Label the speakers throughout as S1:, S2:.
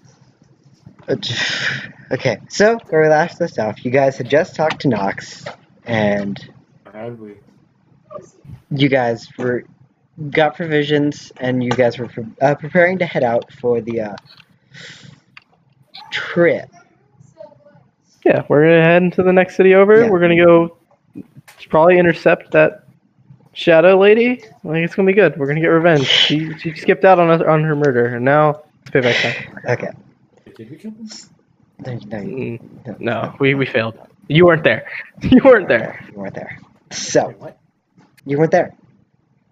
S1: Okay, so to relax this off, you guys had just talked to Knox, and
S2: Have we?
S1: you guys were got provisions, and you guys were pre- uh, preparing to head out for the uh, trip.
S3: Yeah, we're gonna head into the next city over.
S1: Yeah.
S3: We're gonna go probably intercept that shadow lady. Like it's gonna be good. We're gonna get revenge. She, she skipped out on us, on her murder, and now it's payback time.
S1: Okay,
S2: Did we kill him?
S1: no, no, you-
S3: Mm, No, we, we failed. You weren't there. You weren't there.
S1: You weren't there. So
S2: Wait, what?
S1: you weren't there.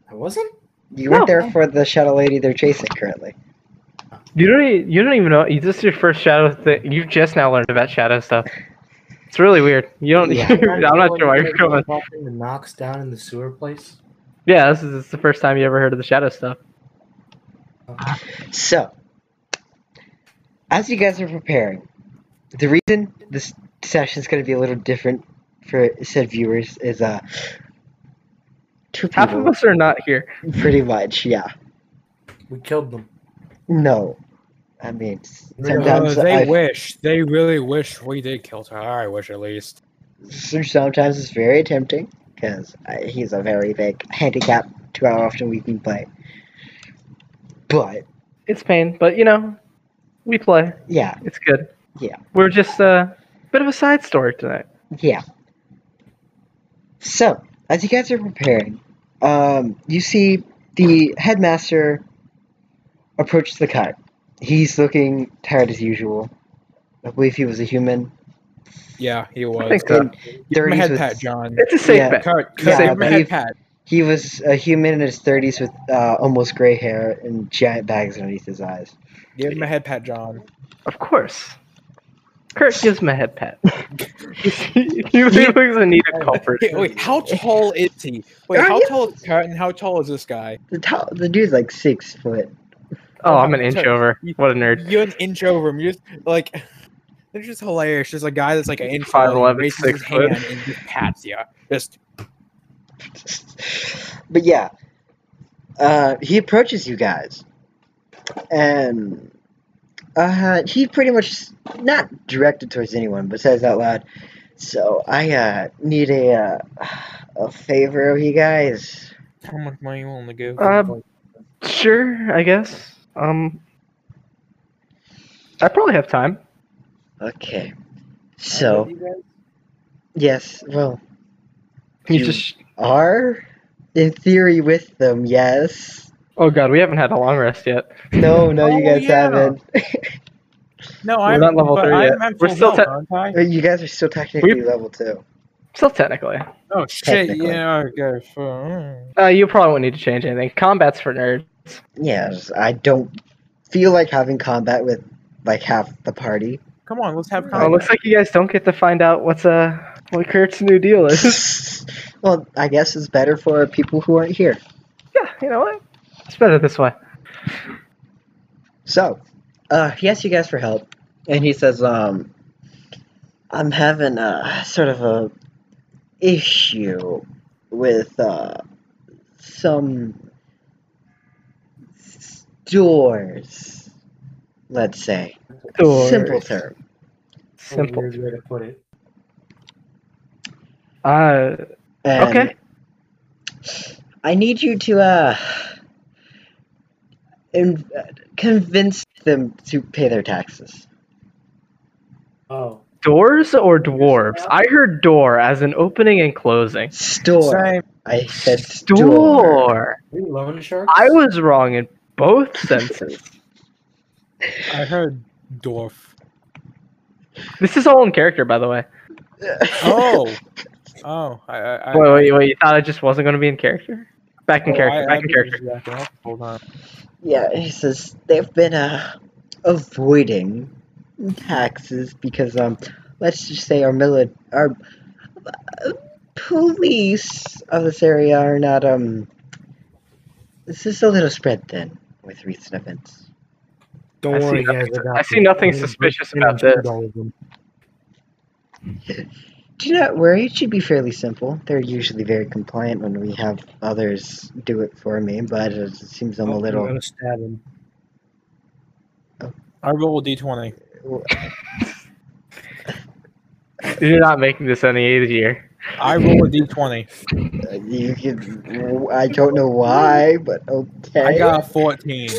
S2: I wasn't?
S1: You weren't
S3: No.
S1: there for the shadow lady they're chasing currently.
S3: You don't. e- You don't even know. This is your first shadow thing. You've just now learned about shadow stuff. It's really weird. You don't.
S1: Yeah.
S3: I'm not sure why you're going.
S2: Popping the knocks down in the sewer place.
S3: Yeah, this is, this is the first time you ever heard of the shadow stuff.
S1: So, as you guys are preparing, the reason this session is going to be a little different for said viewers is uh two
S3: Half of
S1: people,
S3: us are not here.
S1: pretty much. Yeah.
S2: We killed them.
S1: No, I mean s-
S4: Uh,
S1: sometimes
S4: they
S1: I,
S4: wish. They really wish we did kill Tahar, I wish at least.
S1: s- sometimes it's very tempting because he's a very big handicap to how often we can play. But
S3: It's pain, but you know, we play.
S1: yeah,
S3: It's good.
S1: Yeah.
S3: We're just a uh, bit of a side story tonight.
S1: Yeah. So, as you guys are preparing, um, you see the headmaster approach the cart. He's looking tired as usual. I believe he was a human.
S4: Yeah, he was.
S3: think so.
S4: Give him a
S1: 30s
S4: head
S1: was-
S4: pat, John.
S3: It's a safe
S1: Yeah.
S3: bet.
S4: Cut,
S1: Yeah,
S4: cut, give him a
S1: but
S4: head
S1: he-
S4: pat.
S1: He was a human in his 30s with uh, almost gray hair and giant bags underneath his eyes.
S4: Give him a head pat, John.
S3: Of course. Kurt gives him a head pat. he he looks in need of comfort.
S4: Wait, wait, how tall is he? Wait,
S1: Are
S4: how
S1: you-
S4: tall is Cut and how tall is this guy?
S1: The, to- the dude's like six foot.
S3: Oh, I'm an inch over. What a nerd.
S4: You're an inch over him. You're just, like, it's just hilarious. There's a guy that's like an inch
S3: Five
S4: tall,
S3: eleven,
S4: raises
S3: six
S4: his
S3: foot.
S4: hand and just pats you. Just
S1: but yeah, uh, he approaches you guys, and uh, he pretty much s- not directed towards anyone, but says out loud, "So I uh, need a uh, a favor of you guys."
S4: how much money you want to give?
S3: Uh, Sure, I guess. Um, I probably have time.
S1: Okay, so yes, well,
S3: Can you
S1: You-
S3: just?
S1: are in theory with them, yes.
S3: Oh god, we haven't had a long rest yet.
S1: No, no, you
S4: Oh,
S1: guys
S4: yeah.
S1: haven't.
S4: no,
S3: we're
S4: I'm
S3: not level
S4: but
S3: three
S4: I'm
S3: yet.
S4: at
S3: We're
S4: full
S3: still
S4: health,
S3: tech-
S4: aren't I?
S1: you guys are still technically level two.
S3: Still technically.
S4: Oh shit!
S1: Technically.
S4: Yeah, okay. fine.
S3: Uh, you probably won't need to change anything. Combat's for nerds.
S1: Yes, I don't feel like having combat with like half the party.
S4: Come on, let's have
S3: Oh,
S4: combat.
S3: it looks like you guys don't get to find out what's uh what Kurt's new deal is.
S1: well, I guess it's better for people who aren't here.
S3: yeah, you know what? It's better this way.
S1: So, uh, he asks you guys for help, and he says, um, I'm having a sort of a issue with uh, some stores, let's say. Simple
S3: Doors.
S1: term.
S3: Simple.
S2: Weird way to put it.
S3: Uh,
S1: And
S3: Okay.
S1: Um, I need you to uh, in- convince them to pay their taxes.
S2: Oh.
S3: doors or dwarves? I heard door as an opening and closing.
S1: Store.
S4: Same.
S1: I said store.
S3: Store.
S2: Are we loan sharks?
S3: I was wrong in both senses.
S4: I heard dwarf.
S3: this is all in character, by the way.
S4: Oh, oh, I, I, I,
S3: Wait, wait, wait. You thought I just wasn't going to be in character? Back in
S4: oh,
S3: character.
S4: I- I
S3: back in
S4: think
S3: character.
S4: it's back up. Hold on.
S1: Yeah, he says they've been uh, avoiding taxes because um, let's just say our mili- our uh, police of this area are not um. This is a little spread thin with recent events.
S2: Don't
S3: I see
S2: worry, guys.
S3: nothing-
S2: got
S3: I see
S2: you.
S3: nothing
S2: We're gonna
S3: suspicious
S2: break in and
S3: about this.
S2: shoot all of them.
S1: Do not worry, it should be fairly simple. They're usually very compliant when we have others do it for me, but it seems I'm
S2: Oh,
S1: a
S2: we're
S1: little.
S2: gonna stab him.
S4: I roll a d20.
S3: You're not making this any easier.
S4: I roll a d20.
S1: uh, You can. I don't know why, but okay.
S4: I got a 14.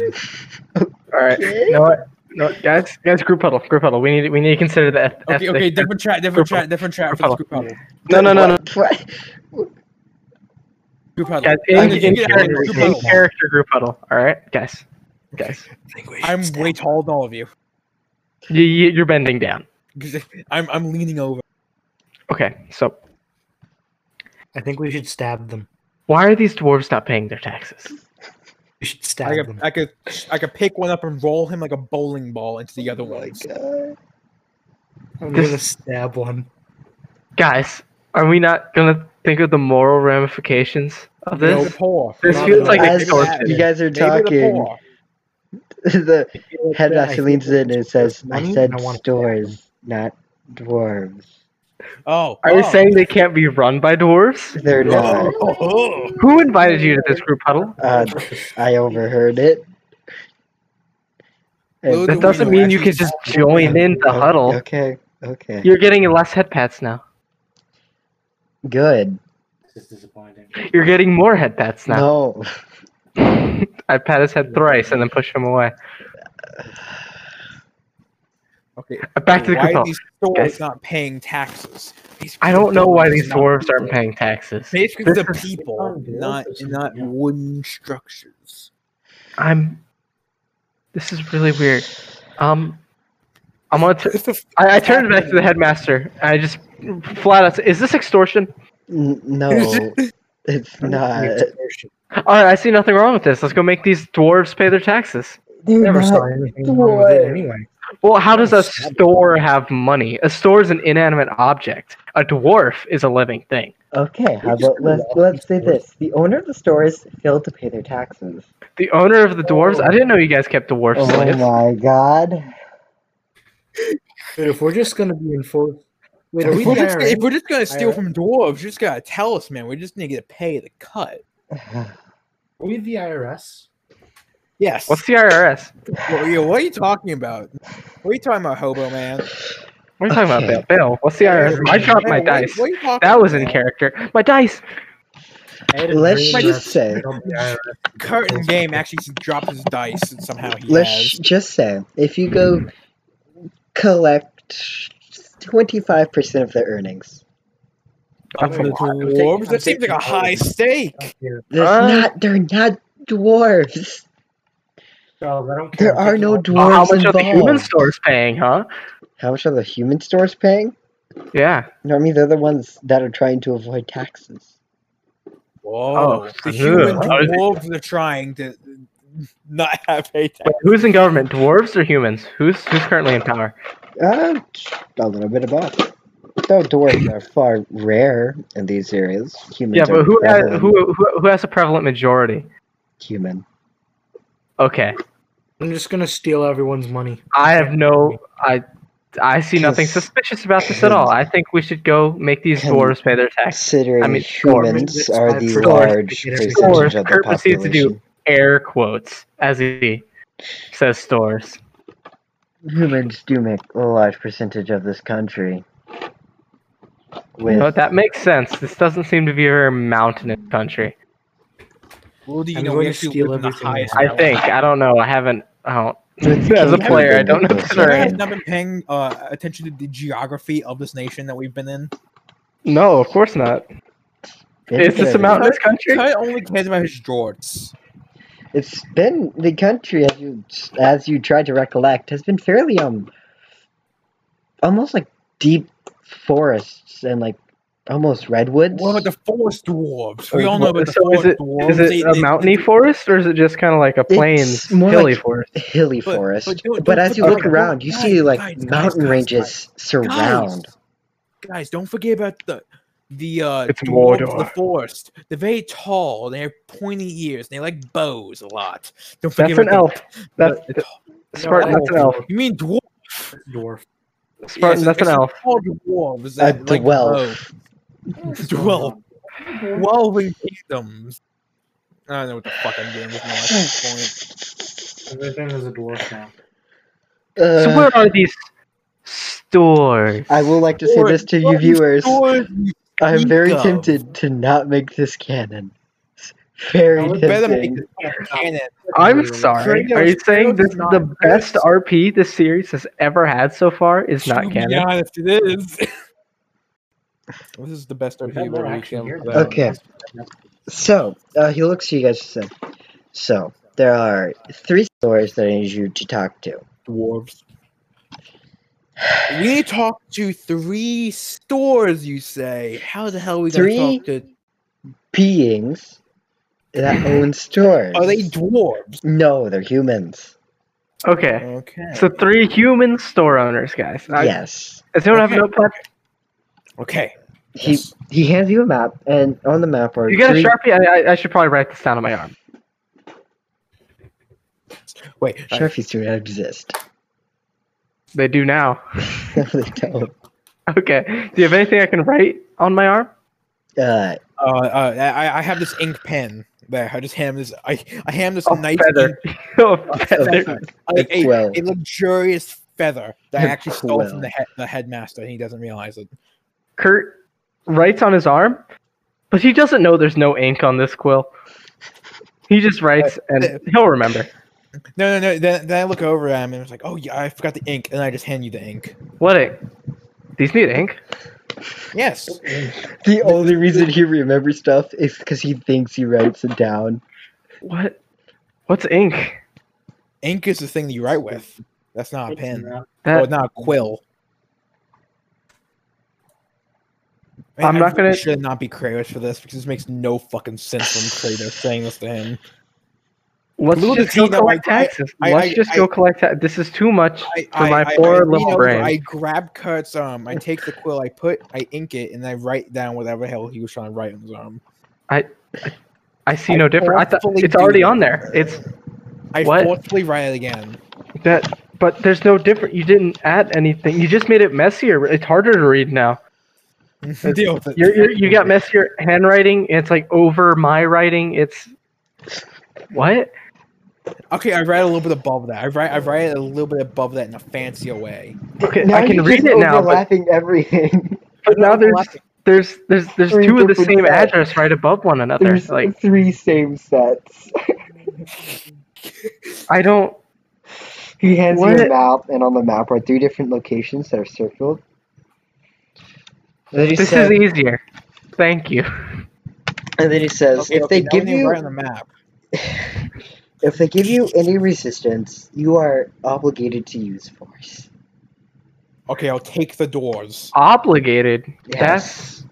S3: All right.
S1: Okay.
S3: You know what? You know what, guys, guys, group huddle, group huddle. We need, we need to consider the eth-
S4: Okay,
S3: ethics.
S4: okay, different chat, different chat, different chat for this group huddle.
S3: No, no, no, no.
S1: What-
S4: Group
S3: Guys,
S4: huddle.
S3: in,
S4: think
S3: in,
S4: you gotta
S3: character,
S4: do
S3: in
S4: group huddle.
S3: character group huddle. All right, guys, guys,
S4: I'm way taller than all of you.
S3: you, you- you're bending down.
S4: 'Cause I'm I'm leaning over.
S3: Okay, so
S2: I think we should stab them.
S3: why are these dwarves not paying their taxes?
S2: We should
S4: I
S2: stab
S4: could,
S2: them.
S4: I could I could pick one up and roll him like a bowling ball into the other
S1: Oh my
S4: one.
S1: god.
S2: I'm
S3: This-
S2: gonna stab one.
S3: Guys, are we not gonna think of the moral ramifications of this?
S4: No poor.
S3: This
S4: Not
S3: feels
S4: the
S3: like
S4: rich.
S3: a
S1: As
S3: extortion.
S1: you guys are
S4: Maybe the
S1: talking,
S4: poor.
S1: the head
S2: I
S1: doctor leans in and says, "I
S2: money,
S1: said
S2: I wanna-
S1: stores, not dwarves.
S4: Oh,
S3: Are you
S4: oh.
S3: saying they can't be run by dwarves?
S1: They're not."
S4: Oh, oh.
S3: Who invited you to this group huddle?
S1: Uh, I overheard it.
S4: Lou,
S1: And-
S3: That doesn't mean you can just join in the huddle.
S1: Okay. Okay.
S3: You're getting less head pats now.
S1: Good.
S2: This is disappointing.
S3: You're getting more head pats now.
S1: No.
S3: I pat his head thrice and then push him away.
S4: Okay.
S3: Back to the group
S4: why are
S3: huddle.
S4: these stores
S3: Guys.
S4: not paying taxes? These
S3: I don't know why
S4: buildings
S3: these
S4: not-
S3: dwarves aren't paying taxes.
S4: Basically, the
S3: This
S4: people,
S2: It's on
S4: not
S2: wheels or
S4: not
S2: something, yeah.
S4: wooden structures.
S3: I'm. This is really weird. Um, I'm gonna. T-
S4: It's the f-
S3: I, I turned back to the headmaster. And I just flat out. said, Is this extortion?
S1: N- no. It's not.
S3: All right, I see nothing wrong with this. Let's go make these dwarves pay their taxes.
S1: They're
S2: Never
S1: not-
S2: saw anything wrong with it
S1: dwarves.
S2: anyway.
S3: Well, how does a
S2: Nice.
S3: store have money? A store is an inanimate object. A dwarf is a living thing.
S1: Okay. How
S2: just
S1: about
S2: gonna
S1: let's
S2: walk
S1: let's
S2: these
S1: say
S2: doors.
S1: this: the owner of the stores failed to pay their taxes.
S3: The owner of the dwarves. I didn't know you guys kept dwarf
S1: Oh
S3: slaves.
S1: my god.
S2: But if we're just gonna be enforced, wait, are
S4: If
S2: we
S4: we're, just,
S2: there?
S4: if we're just gonna steal
S2: IRA?
S4: from dwarves, you just gotta tell us, man. We just need to pay the cut.
S2: Are we the IRS?
S4: Yes.
S3: What's the IRS?
S4: Well, yeah, what are you talking about? What are you talking about, hobo man?
S3: What are you talking
S1: Okay.
S3: about, Bill? Bill? What's the IRS? I dropped my
S4: Hey, what-
S3: dice.
S4: what are you talking
S3: That was in
S4: about?
S3: character. My dice.
S2: I had a
S1: Let's
S2: dream
S1: just say-
S2: that the IRS
S4: Curtain game actually dropped his dice and somehow he
S1: Let's
S4: has.
S1: just say if you go collect twenty five percent of their earnings,
S3: That's a
S4: The
S3: lot.
S4: dwarves? That seems like a high stake.
S2: don't care.
S1: That's
S3: Uh.
S1: not. They're not dwarves.
S2: Charles, I don't care.
S1: There are no
S3: Oh, how
S1: dwarves
S3: much are
S1: involved.
S3: the human stores paying, huh?
S1: How much are the human stores paying?
S3: Yeah.
S1: No, I mean they're the ones that are trying to avoid taxes.
S4: Whoa.
S3: Oh, so-
S4: the human
S3: How is it-
S4: dwarves are trying to not have a tax.
S3: But who's in government? Dwarves or humans? Who's who's currently in power?
S1: Uh, a little bit of both. Though dwarves are far rare in these areas, humans
S3: Yeah,
S1: are
S3: but who has,
S1: prevalent.
S3: who, who who has a prevalent majority?
S1: human.
S3: Okay,
S2: I'm just gonna steal everyone's money.
S3: I have no I I see nothing
S1: Cons-
S3: suspicious about this at all. I think we should go make these
S1: Con-
S3: dwarves pay their tax.
S1: Considering
S3: I mean, dwarves.
S1: humans are the
S2: Dwarves.
S1: large percentage
S3: Dwarves.
S1: of the
S3: Kurt proceeds to do-
S1: population.
S3: Air quotes as he says stores.
S1: Humans do make a large percentage of this country. With
S3: But that makes sense. This doesn't seem to be a very mountainous country.
S4: Well, do you
S2: I'm
S4: know
S2: going
S4: we
S2: to
S4: actually
S2: steal
S4: live in the
S2: everything.
S4: highest
S3: I think I don't know. I haven't. I don't.
S1: with
S3: As a
S1: human
S3: player, I don't know
S1: population.
S3: that
S4: You
S3: Sorry.
S4: guys not been paying uh, attention to the geography of this nation that we've been in.
S3: No, of course not. Is this a mountainous country?
S4: Kai only cares about his jorts.
S1: It's been the country as you as you try to recollect has been fairly um almost like deep forests and like almost redwoods.
S4: What about the forest dwarves? We all know about the
S3: so is
S4: forest
S3: it
S4: dwarves.
S3: is it a mountainy forest or is it just kind of like a plains
S1: It's more
S3: hilly
S1: like-
S3: forest?
S1: hilly
S4: But- but
S1: forest? But,
S4: don't- don't
S1: as you
S4: forget
S1: look
S4: about-
S1: around, you
S4: guys,
S1: see like
S4: guys, guys,
S1: mountain
S4: guys,
S1: ranges surround.
S4: Guys, guys, don't forget about the the uh
S3: It's
S4: dwarves of the
S3: Mordor.
S4: forest. They're very tall. They have pointy ears. They like bows a lot. Don't forget
S3: That's an
S4: about
S3: elf.
S4: the-
S3: That's
S4: the tall-
S3: Spartan. That's an elf.
S4: You mean dwarf?
S2: Dwarf.
S3: Spartan.
S4: yes,
S3: That's an
S4: it's
S3: elf.
S4: Tall dwarves.
S1: A
S4: That, like, bow.
S1: dwelf.
S4: Dwarf. Dwarven kingdoms. I don't know what the fuck I'm doing with my life at this point.
S2: Everything is a dwarf now.
S3: So
S1: Uh,
S3: where are these Stores.
S1: I will like to say this to you viewers.
S4: Stores,
S1: I am very
S4: Speak of.
S1: tempted to not make this canon. Very
S2: You
S4: better make
S1: tempting.
S4: this canon.
S3: I'm sorry.
S2: Kratos
S3: Are you saying this is
S2: not
S3: the best
S2: exist.
S3: RP this series has ever had so far? Is
S4: To
S3: not
S4: be
S3: canon.
S4: honest, it is. this is the best
S2: We've had
S4: review
S2: more
S4: we
S2: action
S4: can.
S2: here
S4: for
S2: than-
S4: that.
S1: Okay. So, uh, he looks to you guys and said, So, there are three stores that I need you to talk to.
S4: Dwarves. We talk to three stores. You say? How the hell are we gonna
S1: Three?
S4: talk to?
S1: Beings that own stores.
S4: Are they dwarves?
S1: No, they're humans.
S3: Okay.
S4: Okay.
S3: So three human store owners, guys. I,
S1: yes.
S3: Does anyone have
S4: Okay.
S3: a notepad?
S4: okay.
S1: He
S4: yes.
S1: he hands you a map, and on the map are
S3: You got a
S1: three.
S3: sharpie? I, I, I should probably write this down on my arm.
S4: Wait. all right.
S1: Sharpies do not exist.
S3: They do now.
S1: No, they don't.
S3: Okay. Do you have anything I can write on my arm?
S1: Uh,
S4: Uh, uh, I, I have this ink pen there. I just ham this. I, I ham this
S3: A
S4: nice,
S3: feather. Oh, feather.
S1: oh,
S4: like
S1: A
S4: a,
S1: quill.
S4: a luxurious feather that I
S1: A
S4: actually stole
S1: quill.
S4: from the head, the headmaster, and he doesn't realize it.
S3: Kurt writes on his arm, but he doesn't know there's no ink on this quill. He just writes and he'll remember.
S4: No, no, no. Then, then I look over at him and it's like, oh yeah, I forgot the ink, and I just hand you the ink.
S3: What ink? These need ink.
S4: Yes.
S1: the only reason he remembers stuff is because he thinks he writes it down.
S3: What? What's ink?
S4: Ink is the thing that you write with. That's not a pen.
S3: That
S4: oh, not a quill.
S3: I'm not gonna-
S4: Should not be Kratos for this because this makes no fucking sense from Kratos saying this to him.
S3: let's
S4: Little
S3: just
S4: does
S3: go
S4: he know,
S3: collect
S4: I- I-
S3: taxes.
S4: I-
S3: let's
S4: I-
S3: just
S4: I-
S3: go collect. Ta- this is too much
S4: I,
S3: for my
S4: I-
S3: poor
S4: I,
S3: little
S4: over,
S3: brain.
S4: I grab Kurt's arm. I take the quill. I put. I ink it, and I write down whatever hell he was trying to write on his arm.
S3: I see
S4: I
S3: no different. I thought
S4: fully
S3: it's already
S4: do.
S3: on there. It's
S4: I
S3: What?
S4: forcefully write it again.
S3: that, but there's no different. You didn't add anything. You just made it messier. It's harder to read now.
S4: Deal with it.
S3: You're, you're, you got messier handwriting. It's like over my writing. It's what?
S4: Okay, I write a little bit above that. I write. I write it a little bit above that in a fancier way.
S3: Okay, I can
S1: you're
S3: read
S1: just
S3: it now, but,
S1: Overlapping everything.
S3: but now there's there's there's there's
S1: Three
S3: two of the
S1: different
S3: same
S1: sets.
S3: address right above one another.
S1: There's
S3: It's Like
S1: three same sets.
S3: I don't.
S1: He hands you
S3: What?
S1: a map, and on the map are three different locations that are circled. And then he
S3: This
S1: said,
S3: is easier. Thank you.
S1: and then he says,
S4: Okay,
S1: if
S4: okay,
S1: they
S4: now we
S1: give
S4: need to
S1: you,
S4: write on the map.
S1: if they give you any resistance, you are obligated to use force.
S4: Okay, I'll take the doors.
S3: Obligated.
S1: Yes.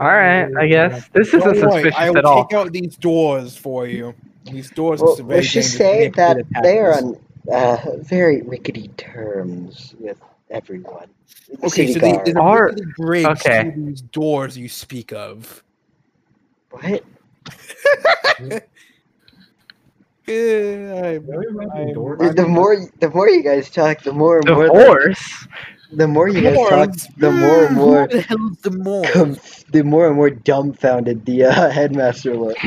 S3: All right, I guess this isn't
S4: Don't worry,
S3: suspicious
S4: I will
S3: at all.
S4: take out these doors for you. These doors.
S1: Well,
S4: are very
S1: let's just
S4: dangerous,
S1: say
S4: and they
S1: that
S4: could attack
S1: they are
S4: us.
S1: on uh, very rickety terms with everyone. The
S4: Okay,
S1: city
S4: so they,
S1: guard.
S4: there's a
S3: Are-
S4: rickety bridge
S3: okay.
S4: to these doors you speak of.
S1: what?
S4: Eh,
S1: The, the more the more you guys talk, the more and more
S3: Divorce.
S1: the more you guys
S4: Doors?
S1: talk, the more and
S4: Hmm,
S1: more
S4: What the hell is the more?
S1: com- the more and more dumbfounded the uh, headmaster looks,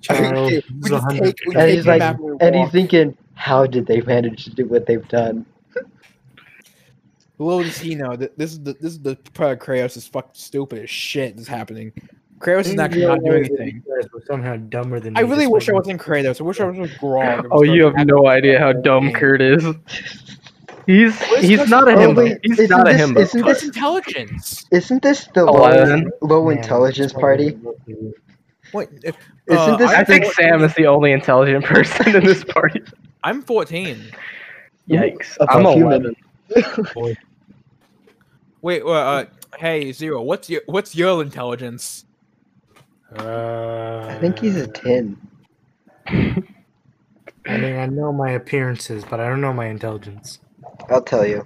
S2: Charles
S4: Okay, we just
S2: Zahn.
S4: take-
S1: And
S4: we take
S1: he's
S4: the
S1: like-
S4: map and
S1: and he's
S4: walk.
S1: thinking, "How did they manage to do what they've done?"
S4: Little does he know that this is the this is the part of Kratos is fucking stupid as shit that's happening. Kratos is not gonna not do anything.
S2: We're somehow dumber than
S4: I
S2: me
S4: really
S2: this
S4: wish I
S2: one.
S4: wasn't Kratos. I wish I was with Grog.
S3: Oh, you have no idea how dumb Kurt is. He's he's not a
S1: Oh,
S3: himbo.
S1: wait,
S3: He's
S1: isn't
S3: not a
S1: this-
S3: himbo.
S1: isn't
S4: That's
S1: this-
S4: intelligence.
S1: Isn't this the low,
S3: Oh, Eleven.
S1: low
S2: Man,
S1: intelligence
S2: it's like-
S1: party?
S4: Wait, if-
S1: Isn't this
S4: I
S3: I
S1: the-
S3: think Sam is the only intelligent person in this party.
S4: I'm 14.
S3: Yikes!
S1: Above
S3: I'm
S1: human.
S3: eleven.
S4: Wait, well, uh, hey Zero, what's your what's your intelligence?
S2: Uh,
S1: I think he's a ten.
S2: I mean, I know my appearances, but I don't know my intelligence.
S1: I'll tell you.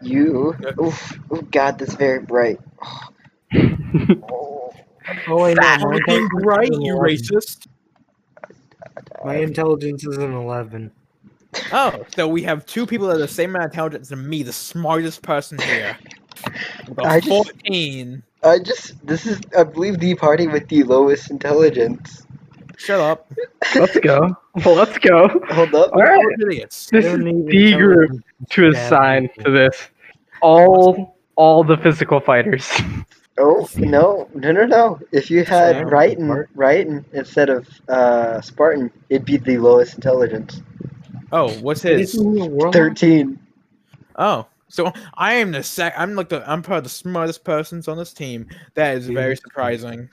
S1: You.
S4: Yeah.
S1: Oof, oh God, that's very bright.
S2: Oh, I
S4: That
S2: know.
S4: being right, you racist.
S2: My intelligence is an eleven.
S4: Oh, so we have two people that are the same amount of intelligence than me, the smartest person here. About
S1: I just-
S4: 14.
S1: I just. This is, I believe, the party with the lowest intelligence.
S4: Shut up.
S3: Let's go. Well, let's go.
S1: Hold up.
S3: All right.
S4: Idiots.
S3: This
S2: I
S3: is
S2: don't need
S3: the group
S2: intelligence
S3: to
S2: bad
S3: assign
S2: people.
S3: to this. all all the physical fighters.
S1: Oh no, no, no, no! If you
S4: Sorry,
S1: had Raiden,
S4: Bart.
S1: Raiden instead of uh, Spartan, it'd be the lowest intelligence.
S4: Oh, what's his?
S2: Isn't he a world?
S1: Thirteen.
S4: Oh, so I am the sec. I'm like the. I'm probably the smartest persons on this team. That is very
S3: Mm.
S4: surprising.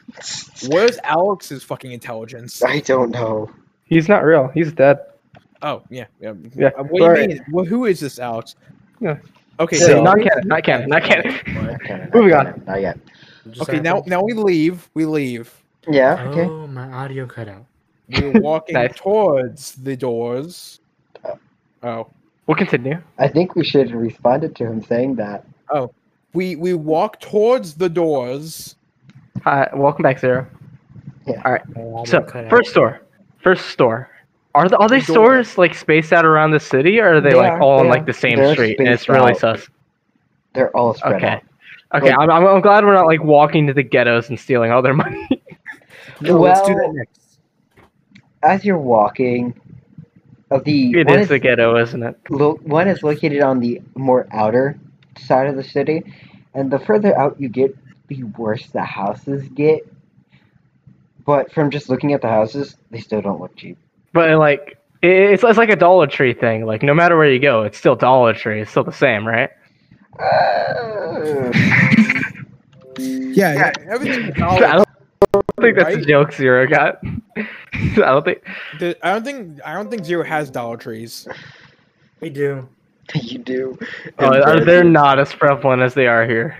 S4: Where's Alex's fucking intelligence?
S1: I don't know.
S3: He's not real. He's dead.
S4: Oh yeah, yeah.
S3: Yeah,
S4: Uh, what
S3: sorry.
S4: do you mean? Well, who is this Alex?
S3: Yeah.
S4: Okay,
S1: So-
S4: so,
S3: Not canon. Not canon. Not canon.
S1: Okay,
S3: Moving
S1: not yet, Not yet.
S2: Just
S4: okay. Now,
S2: happened.
S4: now we leave. We leave.
S1: Yeah. Okay.
S2: Oh, my audio cut out.
S4: We're walking
S3: Nice. Uh.
S4: towards the doors.
S1: Oh.
S4: Oh,
S3: We'll continue.
S1: I think we should have responded to him saying that.
S4: we we walk towards the doors.
S3: Hi, welcome back, Zero.
S2: Oh,
S3: So,
S2: cut out.
S3: first store. First store. Are the, all these
S4: Door.
S3: stores like spaced out around the city, or are they,
S1: They
S3: like
S1: are,
S3: all on
S1: they
S3: like
S1: are.
S3: the same
S1: They're
S3: street? And it's
S1: spaced
S3: really
S1: out.
S3: sus.
S1: They're all spread
S3: Okay.
S1: out. Oh.
S3: Okay,
S1: Like-
S3: I'm, I'm, I'm glad we're not like walking to the ghettos and stealing all their money.
S4: No, let's do that
S1: Well-
S4: next.
S1: As you're walking, uh, the
S3: It
S1: one
S3: is a ghetto, isn't it?
S1: lo- one is located on the more outer side of the city, and the further out you get, the worse the houses get. But from just looking at the houses, they still don't look cheap.
S3: But like, it, it's it's like a Dollar Tree thing. Like, no matter where you go, it's still Dollar Tree. It's still the same, right?
S1: Uh,
S4: Yeah, yeah. Everything.
S3: I don't- I don't think that's a
S4: Right?
S3: joke Zero got. I don't think.
S4: The- I don't think I don't think Zero has Dollar Trees.
S2: we do.
S1: you do.
S3: Oh, are- they're not as prevalent as they are here.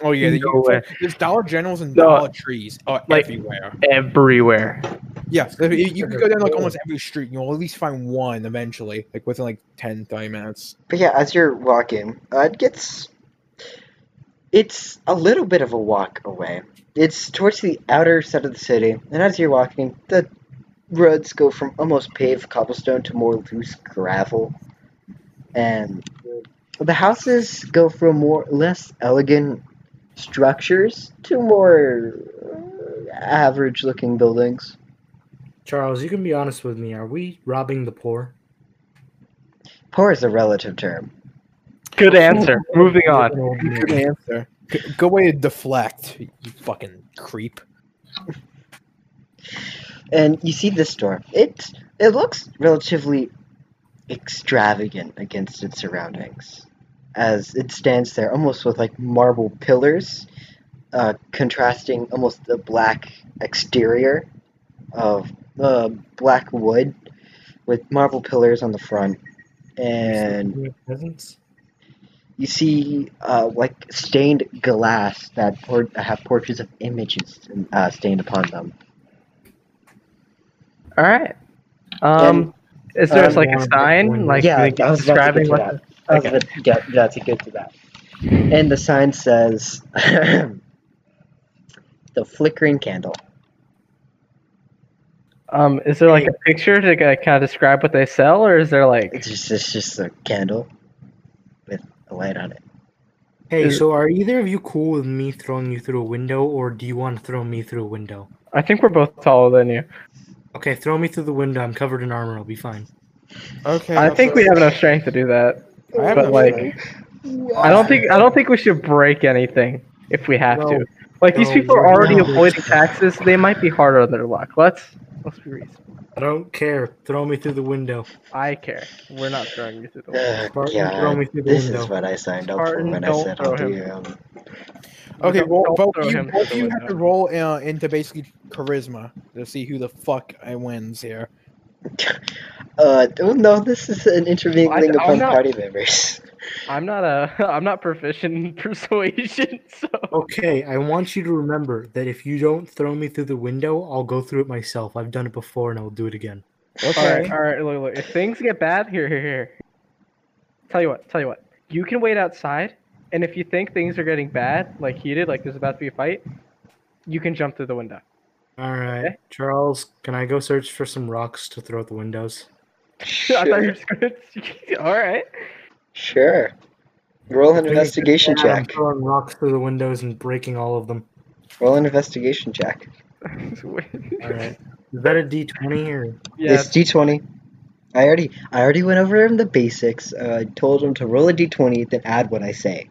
S4: Oh yeah, they-
S3: No way.
S4: there's Dollar Generals and
S3: No.
S4: Dollar Trees are
S3: Like-
S4: everywhere.
S3: Everywhere.
S4: Yeah, so you, you could go down like
S2: Oh.
S4: almost every street, and you'll at least find one eventually, like within like 10, 30 minutes.
S1: But yeah, as you're walking, uh, it gets. It's a little bit of a walk away. It's towards the outer side of the city, and as you're walking, the roads go from almost paved cobblestone to more loose gravel, and the houses go from more less elegant structures to more uh, average-looking buildings.
S2: Charles, you can be honest with me. Are we robbing the poor?
S1: Poor is a relative term.
S3: Good answer. Moving
S2: Uh,
S3: on.
S4: Good answer. G- Good way to deflect, you fucking creep.
S1: and you see this store. It it looks relatively extravagant against its surroundings, as it stands there almost with like marble pillars, uh, contrasting almost the black exterior of uh, black wood with marble pillars on the front, and
S2: peasants.
S1: you see uh, like stained glass that por- have portraits of images uh, stained upon them.
S3: All right. Um, is there
S1: um,
S3: like a sign,
S2: yeah,
S3: like
S1: yeah, I was about to get
S3: describing
S1: to
S3: what?
S1: that. I was about to get, about to get to that. And the sign says, "The flickering candle."
S3: Um, is there like a picture to kind of describe what they sell, or is there like?
S1: It's just, it's just a candle with a light on it.
S2: Hey,
S3: Is-
S2: so are either of you cool with me throwing you through a window, or do you want to throw me through a window?
S3: I think we're both taller than you.
S2: Okay, throw me through the window. I'm covered in armor. I'll be fine.
S4: Okay.
S3: I think we have enough strength to do that.
S4: I have
S3: but,
S4: no
S3: like,
S4: strength.
S3: I don't think I don't think we should break anything if we have
S2: No.
S3: to. Like these
S2: No,
S3: people are
S2: we're
S3: already
S2: not.
S3: avoiding taxes. They might be hard on their luck. Let's let's be reasonable.
S2: I don't care. Throw me through the window.
S3: I care. We're not throwing you through the wall.
S1: Uh,
S2: Spartan, throw
S1: yeah,
S2: me through the
S1: this
S2: window.
S1: is what I signed up for
S3: Spartan,
S1: when I
S3: don't
S1: said
S3: throw
S1: I'll do.
S3: him.
S1: um,
S4: Okay,
S3: Don't-
S4: well,
S3: don't
S4: both
S3: throw
S4: you,
S3: him through
S4: both
S3: the
S4: you have to
S3: window.
S4: roll uh, into basically charisma to see who the fuck I wins here.
S1: Uh, oh no, this is an intermingling
S3: I- I'm
S1: upon
S3: not-
S1: party members.
S3: I'm not a I'm not proficient in persuasion, so
S2: Okay, I want you to remember that if you don't throw me through the window, I'll go through it myself. I've done it before and I'll do it again.
S3: all
S4: Okay.
S3: right, all right. Look, look. If things get bad, here, here, here. Tell you what, tell you what. You can wait outside, and if you think things are getting bad, like heated, like there's about to be a fight, you can jump through the window.
S2: All right,
S3: Okay.
S2: Charles, can I go search for some rocks to throw at the windows?
S3: I thought you were
S1: Sure,
S3: just gonna. all right.
S1: sure. Roll an
S2: Thing is,
S1: investigation
S2: yeah, I'm
S1: check.
S2: throwing rocks through the windows and breaking all of them.
S1: Roll an investigation check.
S2: All right, is that a D20 or
S3: yeah,
S1: It's D twenty. I already I already went over him the basics. Uh, I told him to roll a d20, then add what I say,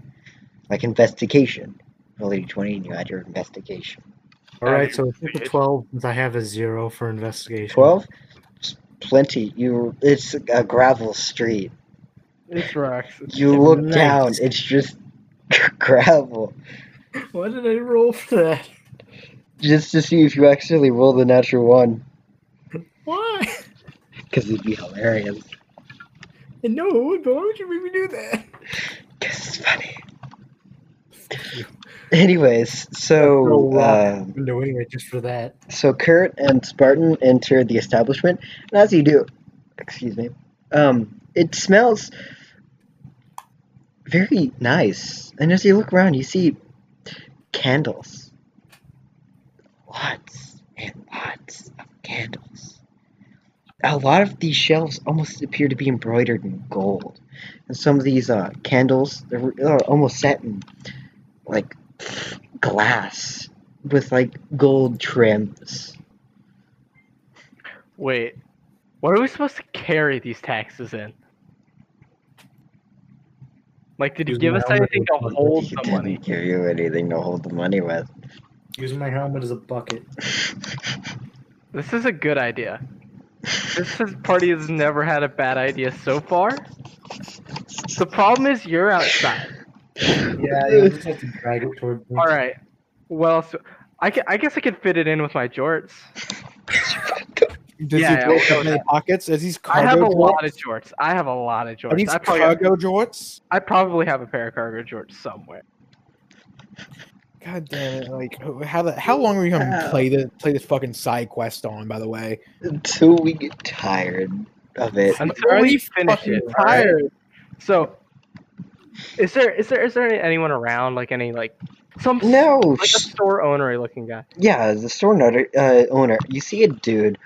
S1: like investigation. Roll a d20 and you add your investigation.
S2: All right, so I took a twelve since I have a zero for investigation.
S1: Twelve, plenty. You it's a gravel street.
S3: It's rocks.
S1: You look
S2: Nice.
S1: down, it's just gravel.
S2: Why did I roll for that?
S1: Just to see if you actually roll the natural one,
S2: Why?
S1: because it'd be hilarious.
S2: No, but why would you make me do that?
S1: Because it's funny. Anyways, so
S2: Go
S1: um,
S2: rock window anyway, just for that.
S1: So Kurt and Spartan enter the establishment, and as you do, excuse me, um, it smells very nice. And as you look around, you see candles, lots and lots of candles. A lot of these shelves almost appear to be embroidered in gold, and some of these uh, candles they're uh, almost set in like glass with like gold trims.
S3: Wait, what are we supposed to carry these taxes in? Like, did you
S2: Use
S3: give
S2: my
S3: us
S2: own
S3: anything to
S2: little
S3: hold
S1: He
S3: the
S1: didn't
S3: money?
S1: give you anything to hold the money with.
S2: Using my helmet as a bucket.
S3: This is a good idea. This is, party has never had a bad idea so far. The problem is you're outside.
S2: Yeah, you just have to drag it toward me.
S3: All right. What else? I, ca- I guess I could fit it in with my jorts.
S4: Does
S3: Yeah, yeah,
S4: he
S3: we'll
S4: put
S3: go
S4: them in
S3: with
S4: the pockets? Is these
S3: I
S4: cargo
S3: have a lot
S4: jorts?
S3: of jorts. I have a lot of
S4: Are these
S3: jorts. I probably,
S4: cargo jorts?
S3: I probably have a pair of cargo jorts somewhere.
S4: God damn it! Like, who- how the, how long are we gonna
S1: Ow.
S4: play the play this fucking side quest on? By the way,
S1: Until we get tired of it.
S4: I'm
S3: Until
S4: already
S3: we finish
S4: fucking
S3: it. all right?
S4: tired.
S3: So, is there is there is there any- anyone around? Like any like some s-
S1: No,
S3: like a
S1: sh-
S3: store ownery looking guy?
S1: yeah, the store owner, uh, owner. You see a dude,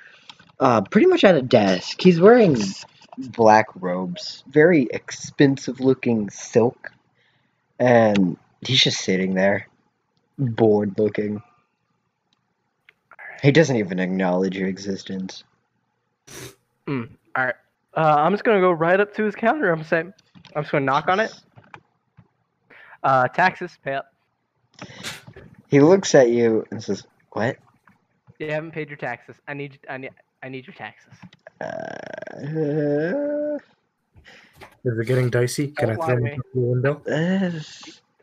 S1: uh, pretty much at a desk. He's wearing black robes, very expensive-looking silk, and he's just sitting there, bored looking. He doesn't even acknowledge your existence.
S3: Uh, I'm just gonna go right up to his counter. I'm gonna say, I'm just gonna knock on it. Uh, taxes pay up.
S1: He looks at you and says, "What?"
S3: You haven't paid your taxes. I need I need I need your taxes.
S1: Uh,
S2: Is it getting dicey? Can
S3: Don't
S2: I
S3: lie
S2: throw it
S3: to me.
S2: through the window?
S1: uh,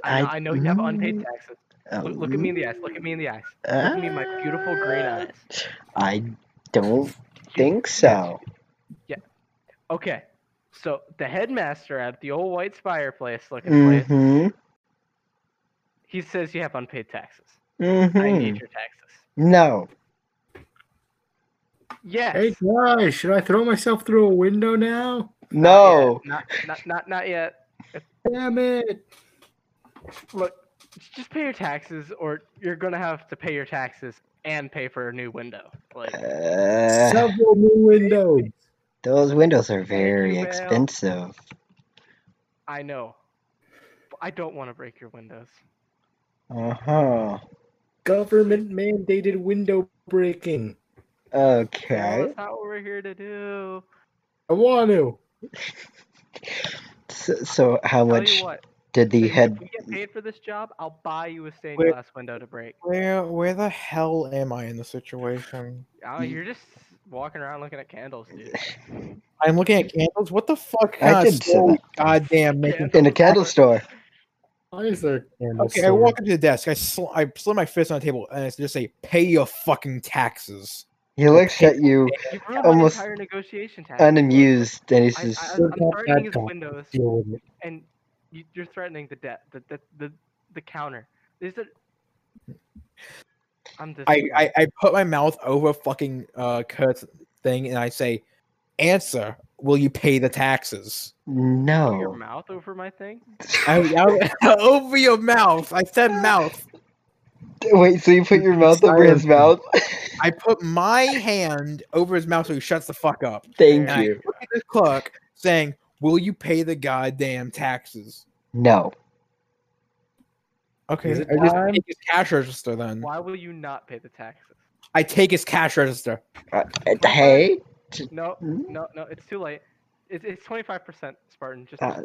S3: I know, I,
S1: I-
S3: know you have unpaid
S1: Mm.
S3: taxes. Look, look at me in the eyes. Look at me in the eyes.
S1: um,
S3: Look at me in my beautiful green
S1: uh,
S3: eyes.
S1: I don't
S3: You-
S1: think so.
S3: Okay, so the headmaster at the old White's fireplace looking place,
S1: Mm-hmm.
S3: he says you have unpaid taxes. I
S1: Mm-hmm.
S3: need your taxes.
S1: No.
S3: Yes.
S2: Hey guys, should I throw myself through a window now?
S1: No.
S3: Not, not, not, not yet.
S2: Damn it!
S3: Look, just pay your taxes, or you're gonna have to pay your taxes and pay for a new window. Like,
S1: Uh,
S2: Several new windows.
S1: those windows are very
S3: Well.
S1: expensive.
S3: I know. but I don't want to break your windows.
S1: Uh-huh.
S2: Government mandated window breaking.
S3: Well,
S1: Okay.
S3: That's not what we're here to do.
S2: I want to.
S1: So, so how
S3: Tell
S1: much
S3: you what,
S1: did the
S3: if
S1: head...
S3: you get paid for this job, I'll buy you a stained
S4: Where-
S3: glass window to break.
S4: Where where the hell am I in the situation?
S3: Oh,
S1: You-
S3: you're just walking around looking at candles, dude.
S4: I'm looking at candles. What the fuck?
S1: I
S4: kind of
S1: did say
S4: store
S1: that.
S4: Goddamn making.
S1: In a candle store.
S2: Why is there a candle
S4: Okay, I
S2: store?
S4: walk up to the desk. I sl- I slam my fist on the table and I just say, "Pay your fucking taxes."
S1: He looks at you
S3: You ruined
S1: Almost
S3: my entire negotiation task.
S1: unamused, and he
S3: I,
S1: says,
S3: I,
S2: Good
S3: I'm
S2: cop,
S3: threatening
S2: bad
S3: his
S2: cop.
S3: windows.
S2: Deal with it.
S3: and you, you're threatening the debt, the the the, the counter. Is it? I'm just.
S4: I, I I put my mouth over fucking uh Kurt's thing and I say, "Answer. Will you pay the taxes?"
S3: Put
S4: oh.
S3: your
S1: no.
S3: mouth over my thing.
S4: I, I- over your mouth. I said mouth.
S1: Wait, so you put your mouth over his
S2: Silence.
S1: mouth?
S4: I put my hand over his mouth so he shuts the fuck up.
S1: Thank
S4: And I
S1: you.
S4: look at this clerk saying, "Will you pay the goddamn taxes?"
S1: No.
S4: Okay,
S2: Is it
S4: I just
S2: time?
S4: take his cash register then.
S3: Why will you not pay the taxes?
S4: I take his cash register.
S1: Uh, hey?
S3: No,
S1: Hmm?
S3: no, no. It's too late. It's it's twenty five percent Spartan. Just
S1: That-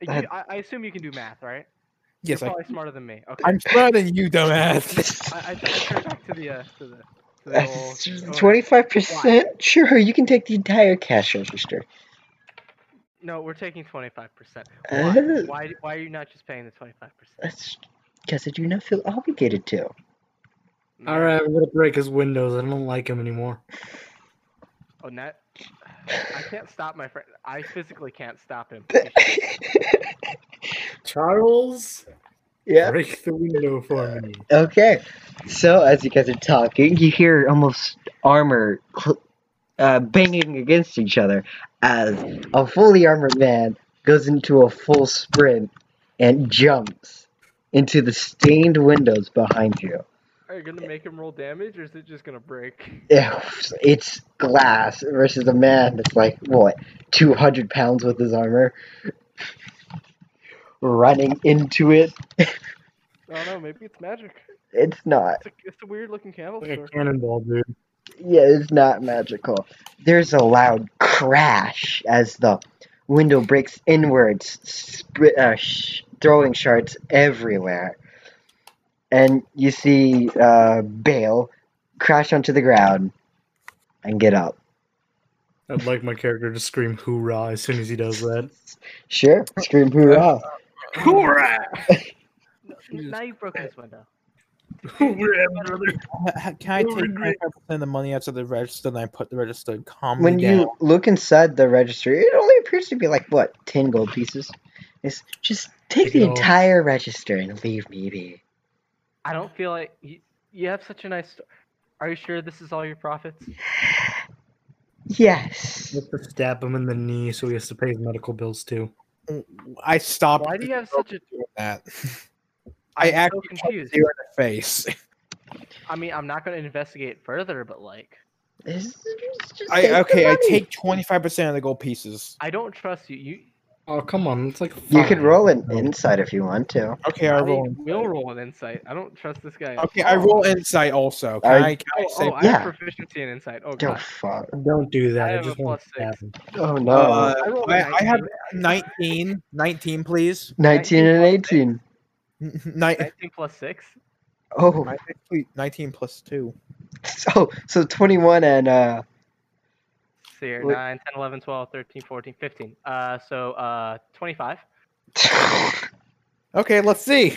S3: you,
S1: that-
S3: I, I assume you can do math, right?
S4: Yes,
S3: You're
S4: I,
S3: probably smarter than me. Okay.
S4: I'm smarter than you, dumbass.
S3: I, I just turn back to the uh, to the to the old. oh,
S1: Twenty-five percent. Sure, you can take the entire cash register.
S3: No, we're taking twenty five percent.
S1: Uh.
S3: Why? Why? Why are you not just paying the twenty five percent?
S1: That's because I do not feel obligated to.
S2: All right, I'm gonna break his windows. I don't like him anymore.
S3: Oh, net. I can't stop my friend. I physically can't stop him.
S2: Charles,
S1: yeah.
S2: break the window for me.
S1: Okay. So as you guys are talking, you hear almost armor cl- uh, banging against each other as a fully armored man goes into a full sprint and jumps into the stained windows behind you.
S3: Are you gonna make him roll damage, or is it just gonna break?
S1: It's it's glass versus a man that's like what two hundred pounds with his armor, running into it.
S3: I don't know. Maybe it's magic.
S1: It's not.
S3: It's a, it's a weird looking
S2: Like a
S3: canister.
S2: cannonball, dude.
S1: Yeah, it's not magical. There's a loud crash as the window breaks inwards, sp- uh, sh- throwing shards everywhere. And you see uh, Bale crash onto the ground and get up.
S2: I'd like my character to scream hoorah as soon as he does that.
S1: Sure, scream hoorah.
S2: Hoorah! Jesus.
S3: Now you broke his window.
S2: Hoorah, brother!
S4: Can I
S2: No
S4: take
S2: regret.
S4: 25% of the money out of the register and I put the register calmly
S1: When
S4: down?
S1: you look inside the registry, it only appears to be like, what, 10 gold pieces? It's just take
S2: Take
S1: the
S2: it all.
S1: entire register and leave me be.
S3: I don't feel like you, you have such a nice. sto- Are you sure this is all your profits?
S1: Yes.
S2: Let's just stab him in the knee so he has to pay his medical bills too.
S4: I stopped
S3: Why do you have such a?
S4: doing that. I
S3: I'm so
S4: actually shot
S3: confused.
S4: you in the face.
S3: I mean, I'm not gonna investigate further, but like,
S1: This is just take
S4: I,
S1: the
S4: okay, I
S1: money.
S4: take 25% of the gold pieces.
S3: I don't trust you. You.
S2: Oh come on, it's like
S1: You could
S2: five.
S1: roll an inside if you want to.
S4: Okay, I
S3: I
S4: roll.
S3: will
S4: insight.
S3: roll an insight. I don't trust this guy. at
S4: Okay, I
S3: all.
S4: roll insight also. Can
S1: I-
S4: I, can I
S3: Oh,
S4: say
S3: oh I have
S1: Yeah.
S3: proficiency in insight. Oh
S1: Oh
S3: god.
S1: fuck!
S2: Don't do
S3: I
S2: that. I,
S3: have a
S2: just want to
S3: plus
S2: stab
S3: six.
S2: him.
S1: Oh no!
S4: Uh,
S3: I rolled a
S4: I, I have
S3: 19.
S4: 19. 19, please.
S1: Nineteen and
S3: 19 plus
S1: eighteen.
S4: Ni-
S3: 19 plus six.
S1: Oh,
S4: actually, 19 plus 2.
S1: so so twenty-one and uh,
S3: So you're
S1: Wait.
S3: 9, 10, 11, 12, 13, 14, 15. Uh, so uh, 25.
S4: Okay, let's see.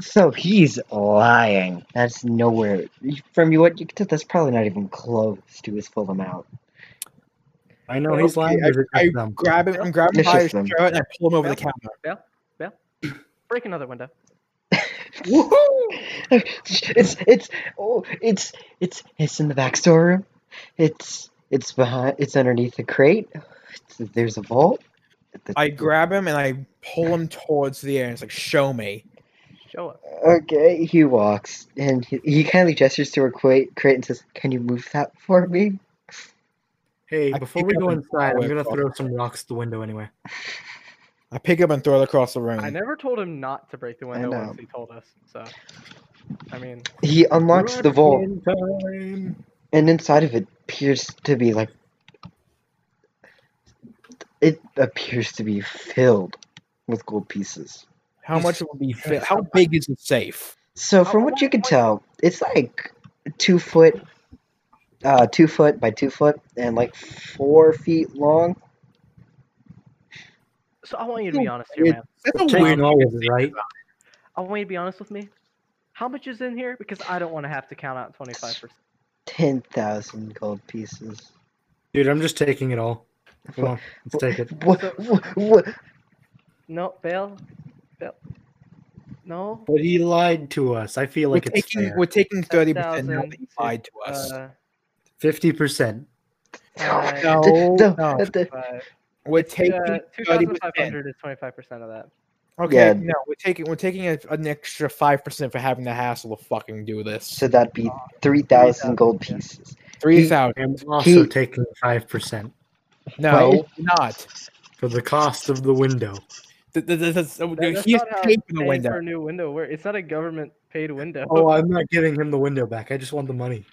S1: so he's lying. That's nowhere from you. What you can tell, that's probably not even close to his full amount.
S2: I know he's
S4: Okay,
S2: lying.
S4: I-
S2: or is it
S4: I
S2: just them?
S4: grab him. I'm grabbing
S1: It's
S4: by his
S1: just them.
S4: shirt and I pull him over the counter.
S3: Break another window.
S1: It's it's oh it's it's it's in the back storeroom. It's it's behind. It's underneath the crate. It's, there's a vault.
S4: I grab him and I pull him towards the air. And it's like, show me.
S3: Show us.
S1: Okay, he walks and he, he kindly gestures to her crate, crate and says, Can you move that for me?
S2: Hey,
S4: I
S2: before
S4: pick
S2: we
S4: up
S2: go
S4: and throw
S2: inside, I'm
S4: it
S2: gonna
S4: from-
S2: throw some rocks at the window anyway.
S4: I pick up and throw it across the room.
S3: I never told him not to break the window
S1: know.
S3: once he told us. So, I mean,
S1: He unlocks the vault,
S2: Rockin' time.
S1: and inside of it appears to be like. It appears to be filled with gold pieces.
S4: How much will be fit? How big is the safe?
S1: So, from what you can tell, it's like two foot, uh, two foot by two foot, and like four feet long.
S3: so I want you to be
S4: No,
S3: honest here,
S4: it-
S3: man.
S4: That's a
S2: Taking
S4: weird.
S2: all of it, right?
S3: I want you to be honest with me. How much is in here? Because I don't want to have to count out 25%.
S1: 10,000 gold pieces.
S2: Dude, I'm just taking it all. Come on, let's take it.
S1: What, what, what,
S3: No, Bale. Bale. No.
S2: But he lied to us. I feel
S4: We're
S2: like it's
S4: taking,
S2: fair.
S4: we're taking 30% now
S3: 10,000
S4: that you lied to us.
S3: Uh,
S2: Fifty percent.
S3: uh,
S4: no,
S1: the-
S4: no.
S1: the- the-
S3: five.
S4: We're
S3: Uh,
S4: taking 30%.
S3: 2,500 is 25% of that.
S4: Okay,
S1: Yeah.
S4: no, we're taking we're taking a, an extra five percent for having the hassle to fucking do this.
S1: So that'd be 3,000 gold pieces.
S4: Three thousand?
S2: I'm also
S1: He-
S2: taking five percent
S4: No, not.
S2: for the cost of the window.
S4: Th- th- th- that's-
S3: That- that's
S4: he's
S3: not how
S4: taping
S3: I'm
S4: the
S3: paying
S4: window. Oh,
S3: For a new window. Where it's not a government paid window.
S2: Oh, I'm not giving him the window back. I just want the money.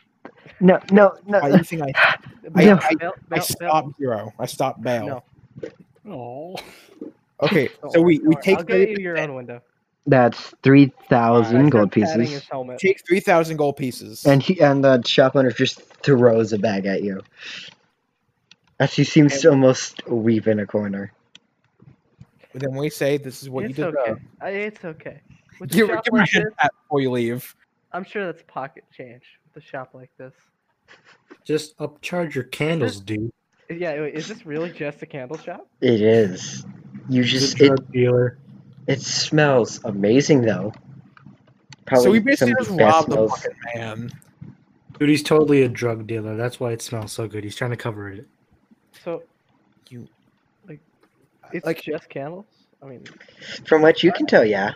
S1: No, no,
S4: Why
S1: no.
S4: do you think I
S1: I-
S3: Bail,
S4: I-
S3: bail,
S4: I
S3: bail,
S4: stopped Hero. I stopped Bale.
S3: No.
S2: Oh,
S4: Okay,
S3: bail.
S4: so we, we
S3: Don't worry,
S4: take
S3: I'll
S4: the-
S3: get you your own window.
S1: That's three thousand
S3: I
S1: gold
S3: start patting
S1: pieces.
S3: His helmet.
S4: take three thousand gold pieces.
S1: And he and the shop owner just throws a bag at you. As he seems to almost weep in a corner.
S4: then we say this is what
S3: it's
S4: you deserve.
S3: okay. I, it's okay. With a
S4: Give,
S3: shop
S4: give my
S3: like
S4: head
S3: this,
S4: pat before you leave.
S3: I'm sure that's pocket change with a shop like this.
S2: just upcharge your candles, dude.
S3: Yeah, wait, is this really just a candle shop?
S1: It is. You
S2: He's a
S1: just it,
S2: drug dealer.
S1: it smells amazing though. Probably
S4: so we
S1: some
S4: basically
S1: of
S4: just
S1: the best
S4: robbed the
S1: smells.
S4: fucking man.
S2: Dude, he's totally a drug dealer. That's why it smells so good. He's trying to cover it.
S3: So
S4: You-
S3: like it's
S4: like-
S3: just candles? I mean,
S1: From what you can tell, yeah.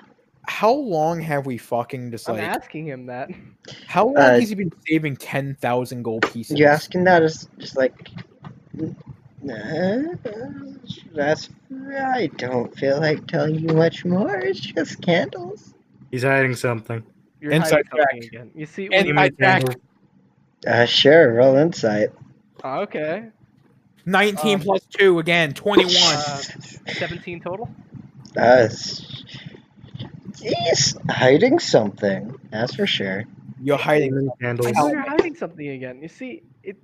S4: How long have we fucking just
S3: I'm
S4: like?
S3: asking him that.
S4: how long
S1: uh,
S4: has he been saving ten thousand gold pieces?
S1: You asking that is just like "Uh, that's I don't feel like telling you much more. It's just candles.
S2: He's hiding something.
S3: You're
S4: Inside
S3: hiding something
S4: track.
S3: again. You see, when
S4: And
S3: you,
S4: I back
S1: Uh sure, roll insight.
S3: oh, okay,
S4: nineteen
S3: Um,
S4: plus two again, twenty one.
S3: Uh, 17 total.
S1: Uh, he's hiding something. That's for sure.
S4: You're hiding.
S2: Hiding candles.
S3: I know you're hiding something again. You see, it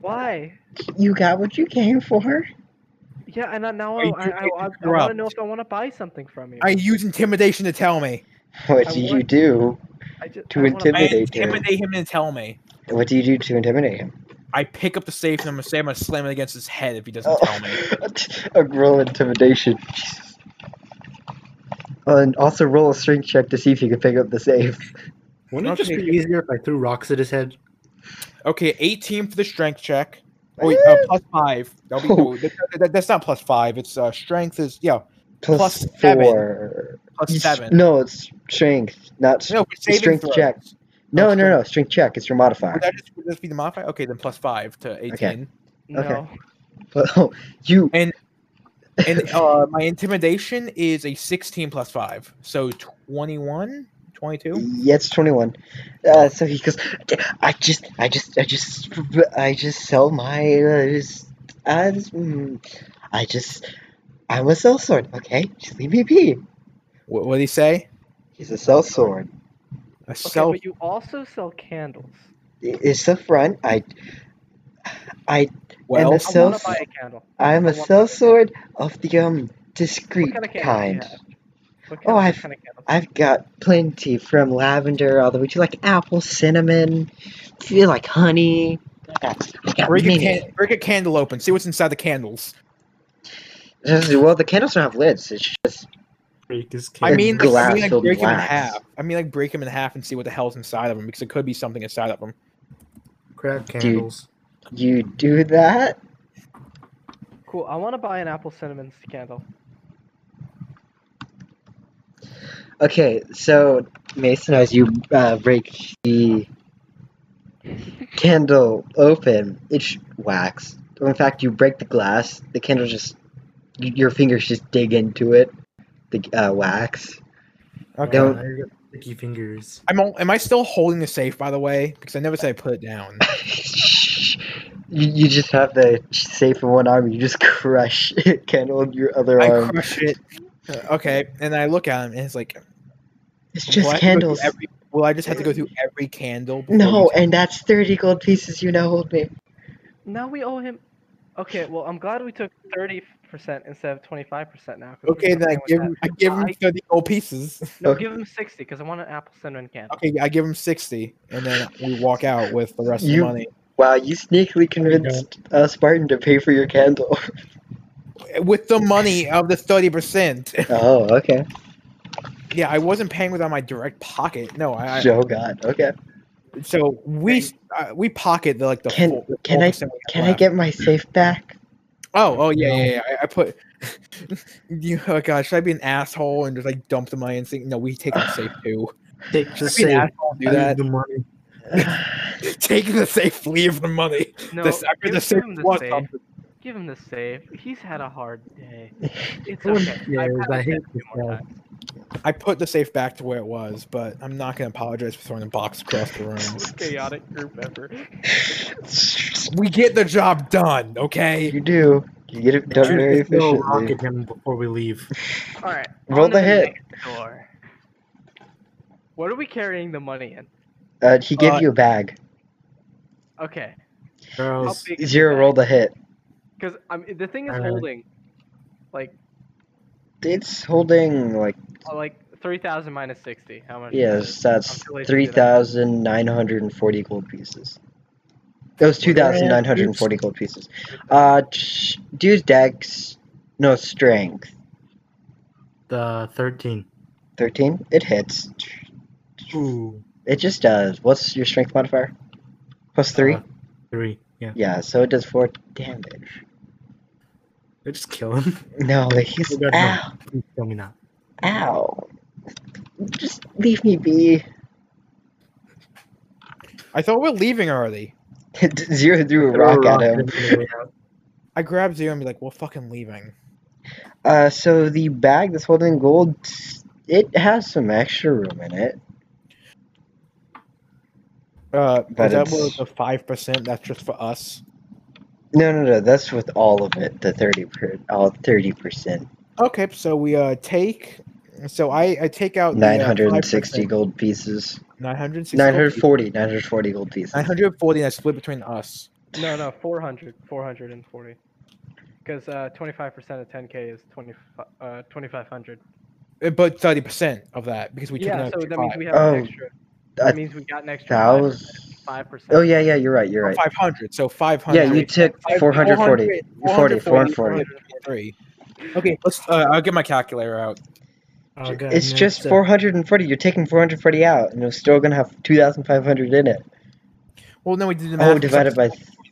S3: why?
S1: You got what you came for.
S3: Yeah, and I- now
S4: Why
S3: I,
S4: you
S3: I,
S4: think
S3: I, I,
S4: you're
S3: want
S4: up?
S3: to know if I want to buy something from you.
S4: I use intimidation to tell me.
S1: What
S3: I
S1: do you
S3: want-
S1: do?
S3: I just,
S1: to
S3: I wanna buy-
S4: I
S1: Intimidate him.
S4: intimidate him and tell me.
S1: What do you do to intimidate him?
S4: I pick up the safe and I'm gonna say I'm gonna slam it against his head if he doesn't
S1: Oh,
S4: tell me.
S1: a roll intimidation. Jesus. Uh, and also roll a strength check to see if you can pick up the safe.
S2: Wouldn't it just
S4: Okay.
S2: be easier if I threw rocks at his head?
S4: Okay, 18 for the strength check. Oh, wait, uh, plus five. That'll be,
S1: Oh.
S4: no, that, that- that's not plus five. It's uh, strength is yeah
S1: Plus,
S4: Plus
S1: plus
S4: seven.
S1: four.
S4: plus
S1: It's-
S4: seven.
S1: No, it's strength, not s-
S4: no, it's saving
S1: strength
S4: throws.
S1: check.
S4: no,
S1: No, no, no,
S4: strength.
S1: strength check. It's your modifier.
S4: Would that just would this be the modifier? Okay, then plus five to 18.
S3: No,
S1: okay. But, oh, you.
S4: And uh, my intimidation is a 16 plus five, so 21, 22.
S1: Yeah, it's twenty-one. Uh, so he goes. I just, I just, I just, I just sell my. Uh, just, uh, just, mm, I just, I'm a cell sword. Okay, just leave me be.
S4: What what did he say?
S1: He's a cell sword.
S4: A
S3: Okay,
S4: self.
S3: but you also sell candles.
S1: It's the front. I,
S4: Well,
S1: and the
S3: I want
S1: Self-
S3: to buy a candle.
S1: I'm a
S3: I want
S1: cell
S3: one.
S1: sword of the um discreet
S3: What kind of candles
S1: kind.
S3: do you have? What
S1: Oh,
S3: kind, what
S1: I've-
S3: kind of candles?
S1: I've got plenty from lavender all the way to like apple, cinnamon, feel like honey. I got, I got
S4: break a,
S1: many.
S4: can- break a candle open. See what's inside the candles.
S1: Just- Well, the candles don't have lids. It's just
S2: Break his
S4: I
S1: They're
S4: mean, like, I
S1: glass
S4: mean, like
S1: filled with
S4: break him in
S1: wax.
S4: half. I mean, like break him in half and see what the hell's inside of him because it could be something inside of him.
S2: crab candles.
S1: you do that.
S3: Cool. I want to buy an apple cinnamon candle.
S1: Okay, so Mason, as you uh, break the candle open, it's wax. In fact, you break the glass. The candle just y- your fingers just dig into it. The uh, wax.
S4: Okay.
S1: Don't-
S2: I got sticky fingers.
S4: I'm all, am I still holding the safe by the way? Because I never said I put it down.
S1: you, you just have the safe in one arm. You just crush candle in your other
S4: I
S1: arm.
S4: crush it. Uh, Okay, and I look at him and it's like
S1: It's
S4: will
S1: just
S4: I have to go through
S1: candles.
S4: Every, will I just have to go through every candle? before
S1: No,
S4: we-
S1: and that's thirty gold pieces. You now hold me.
S3: Now we owe him. Okay, well, I'm glad we took 30% instead of 25% now. 'cause we
S4: Okay,
S3: were
S4: then I
S3: playing with
S4: give him. I give him
S3: I-
S4: thirty gold pieces.
S3: that. No,
S1: Okay.
S3: give him 60 because I want an apple cinnamon candle.
S4: Okay, I give him sixty, and then we walk out with the rest
S1: You-
S4: of the
S1: Wow, you
S3: Oh
S1: sneakily convinced uh, Spartan to pay for your candle.
S4: money. With the money of the thirty percent.
S1: oh, okay.
S4: Yeah, I wasn't paying with out of my direct pocket. No, I. I
S1: oh God. Okay.
S4: so we uh, we pocket the like the.
S1: Can-
S4: full, the
S1: can
S4: full
S1: I-
S4: percent we have
S1: Can I
S4: left.
S1: get my safe back?
S4: Oh, oh yeah, yeah,
S2: No.
S4: yeah. I, I put. you, oh god, should I be an asshole and just like dump the money and think? No, we take the safe too.
S2: Take the
S4: Just be an
S2: safe.
S4: asshole, and do
S2: leave
S4: that.
S2: The money.
S4: take the safe, leave the money.
S3: No,
S4: this, I mean,
S3: give,
S4: the safe
S3: give him the
S4: was
S3: save.
S4: something.
S3: Give him the save. He's had a hard day. It's
S2: Oh,
S3: okay.
S2: yeah,
S3: I've
S2: I
S3: had a
S2: hate
S3: day
S2: this
S3: more
S2: guy.
S3: times.
S4: I put the safe back to where it was, but I'm not gonna apologize for throwing the box across the room.
S3: Chaotic group member.
S4: We get the job done, okay?
S1: You do. You get it done very
S2: Just throw a rock
S1: efficiently.
S2: at him before we leave.
S3: All right.
S1: Roll
S3: on to
S1: the hit.
S3: next Door. What are we carrying the money in?
S1: Uh, he gave
S4: Uh,
S1: you a bag.
S3: Okay. How
S2: Charles,
S3: big is the
S1: Zero
S3: bag?
S1: roll the hit.
S3: Because I'm the thing is
S2: Uh,
S3: holding, like,
S1: It's holding like
S3: uh, like three thousand minus sixty. How much? is
S1: yes,
S3: it?
S1: that's
S3: Until they figure
S1: three
S3: it out.
S1: thousand nine hundred and forty gold pieces. That was two thousand nine hundred and forty gold pieces. Uh, sh- do dex, no strength.
S2: the 13.
S1: Thirteen. It hits.
S2: Ooh.
S1: It just does. What's your strength modifier? Plus three.
S2: Uh, three. Yeah.
S1: yeah, so it does four damage.
S2: They just kill him.
S1: No, he's
S2: Oh, God, no.
S1: ow,
S2: Please kill me not.
S1: ow. Just leave me be.
S4: I thought we're leaving already.
S1: Zero threw a
S2: Throw
S1: rock at him.
S2: on the way out.
S4: I grabbed Zero and be like, "We're fucking leaving."
S1: Uh, so the bag that's holding gold, it has some extra room in it.
S4: Uh,
S1: But
S4: is that
S1: it's-
S4: what the five percent? That's just for us.
S1: No, no, no. That's with all of it. The thirty per, all thirty percent.
S4: Okay, so we uh take. So I I take out uh,
S1: Nine hundred and sixty gold pieces.
S4: Nine hundred sixty.
S1: Nine hundred forty. Nine hundred forty gold pieces.
S4: Nine hundred forty. I split between us.
S3: No, no, 400, 440. Because uh, 25% of 10K is 20, uh, 2,500.
S4: Uh, But thirty percent of that because we took
S3: Yeah,
S4: an
S3: so
S4: extra
S3: that means we have
S1: Oh,
S3: an extra.
S1: I-
S3: That means we got an extra
S1: That was.
S3: 5%.
S1: Oh yeah, yeah. You're right. You're right.
S4: five hundred. So five hundred.
S1: Yeah, you took four hundred forty. 40, 440.
S4: Okay, let's. Uh, I'll get my calculator out.
S2: Oh, God,
S1: It's
S2: no,
S1: just
S2: so-
S1: four hundred and forty. You're taking four hundred forty out, and you're still gonna have two thousand five hundred in it.
S4: Well, no, we did the math. Uh,
S1: Oh, divided by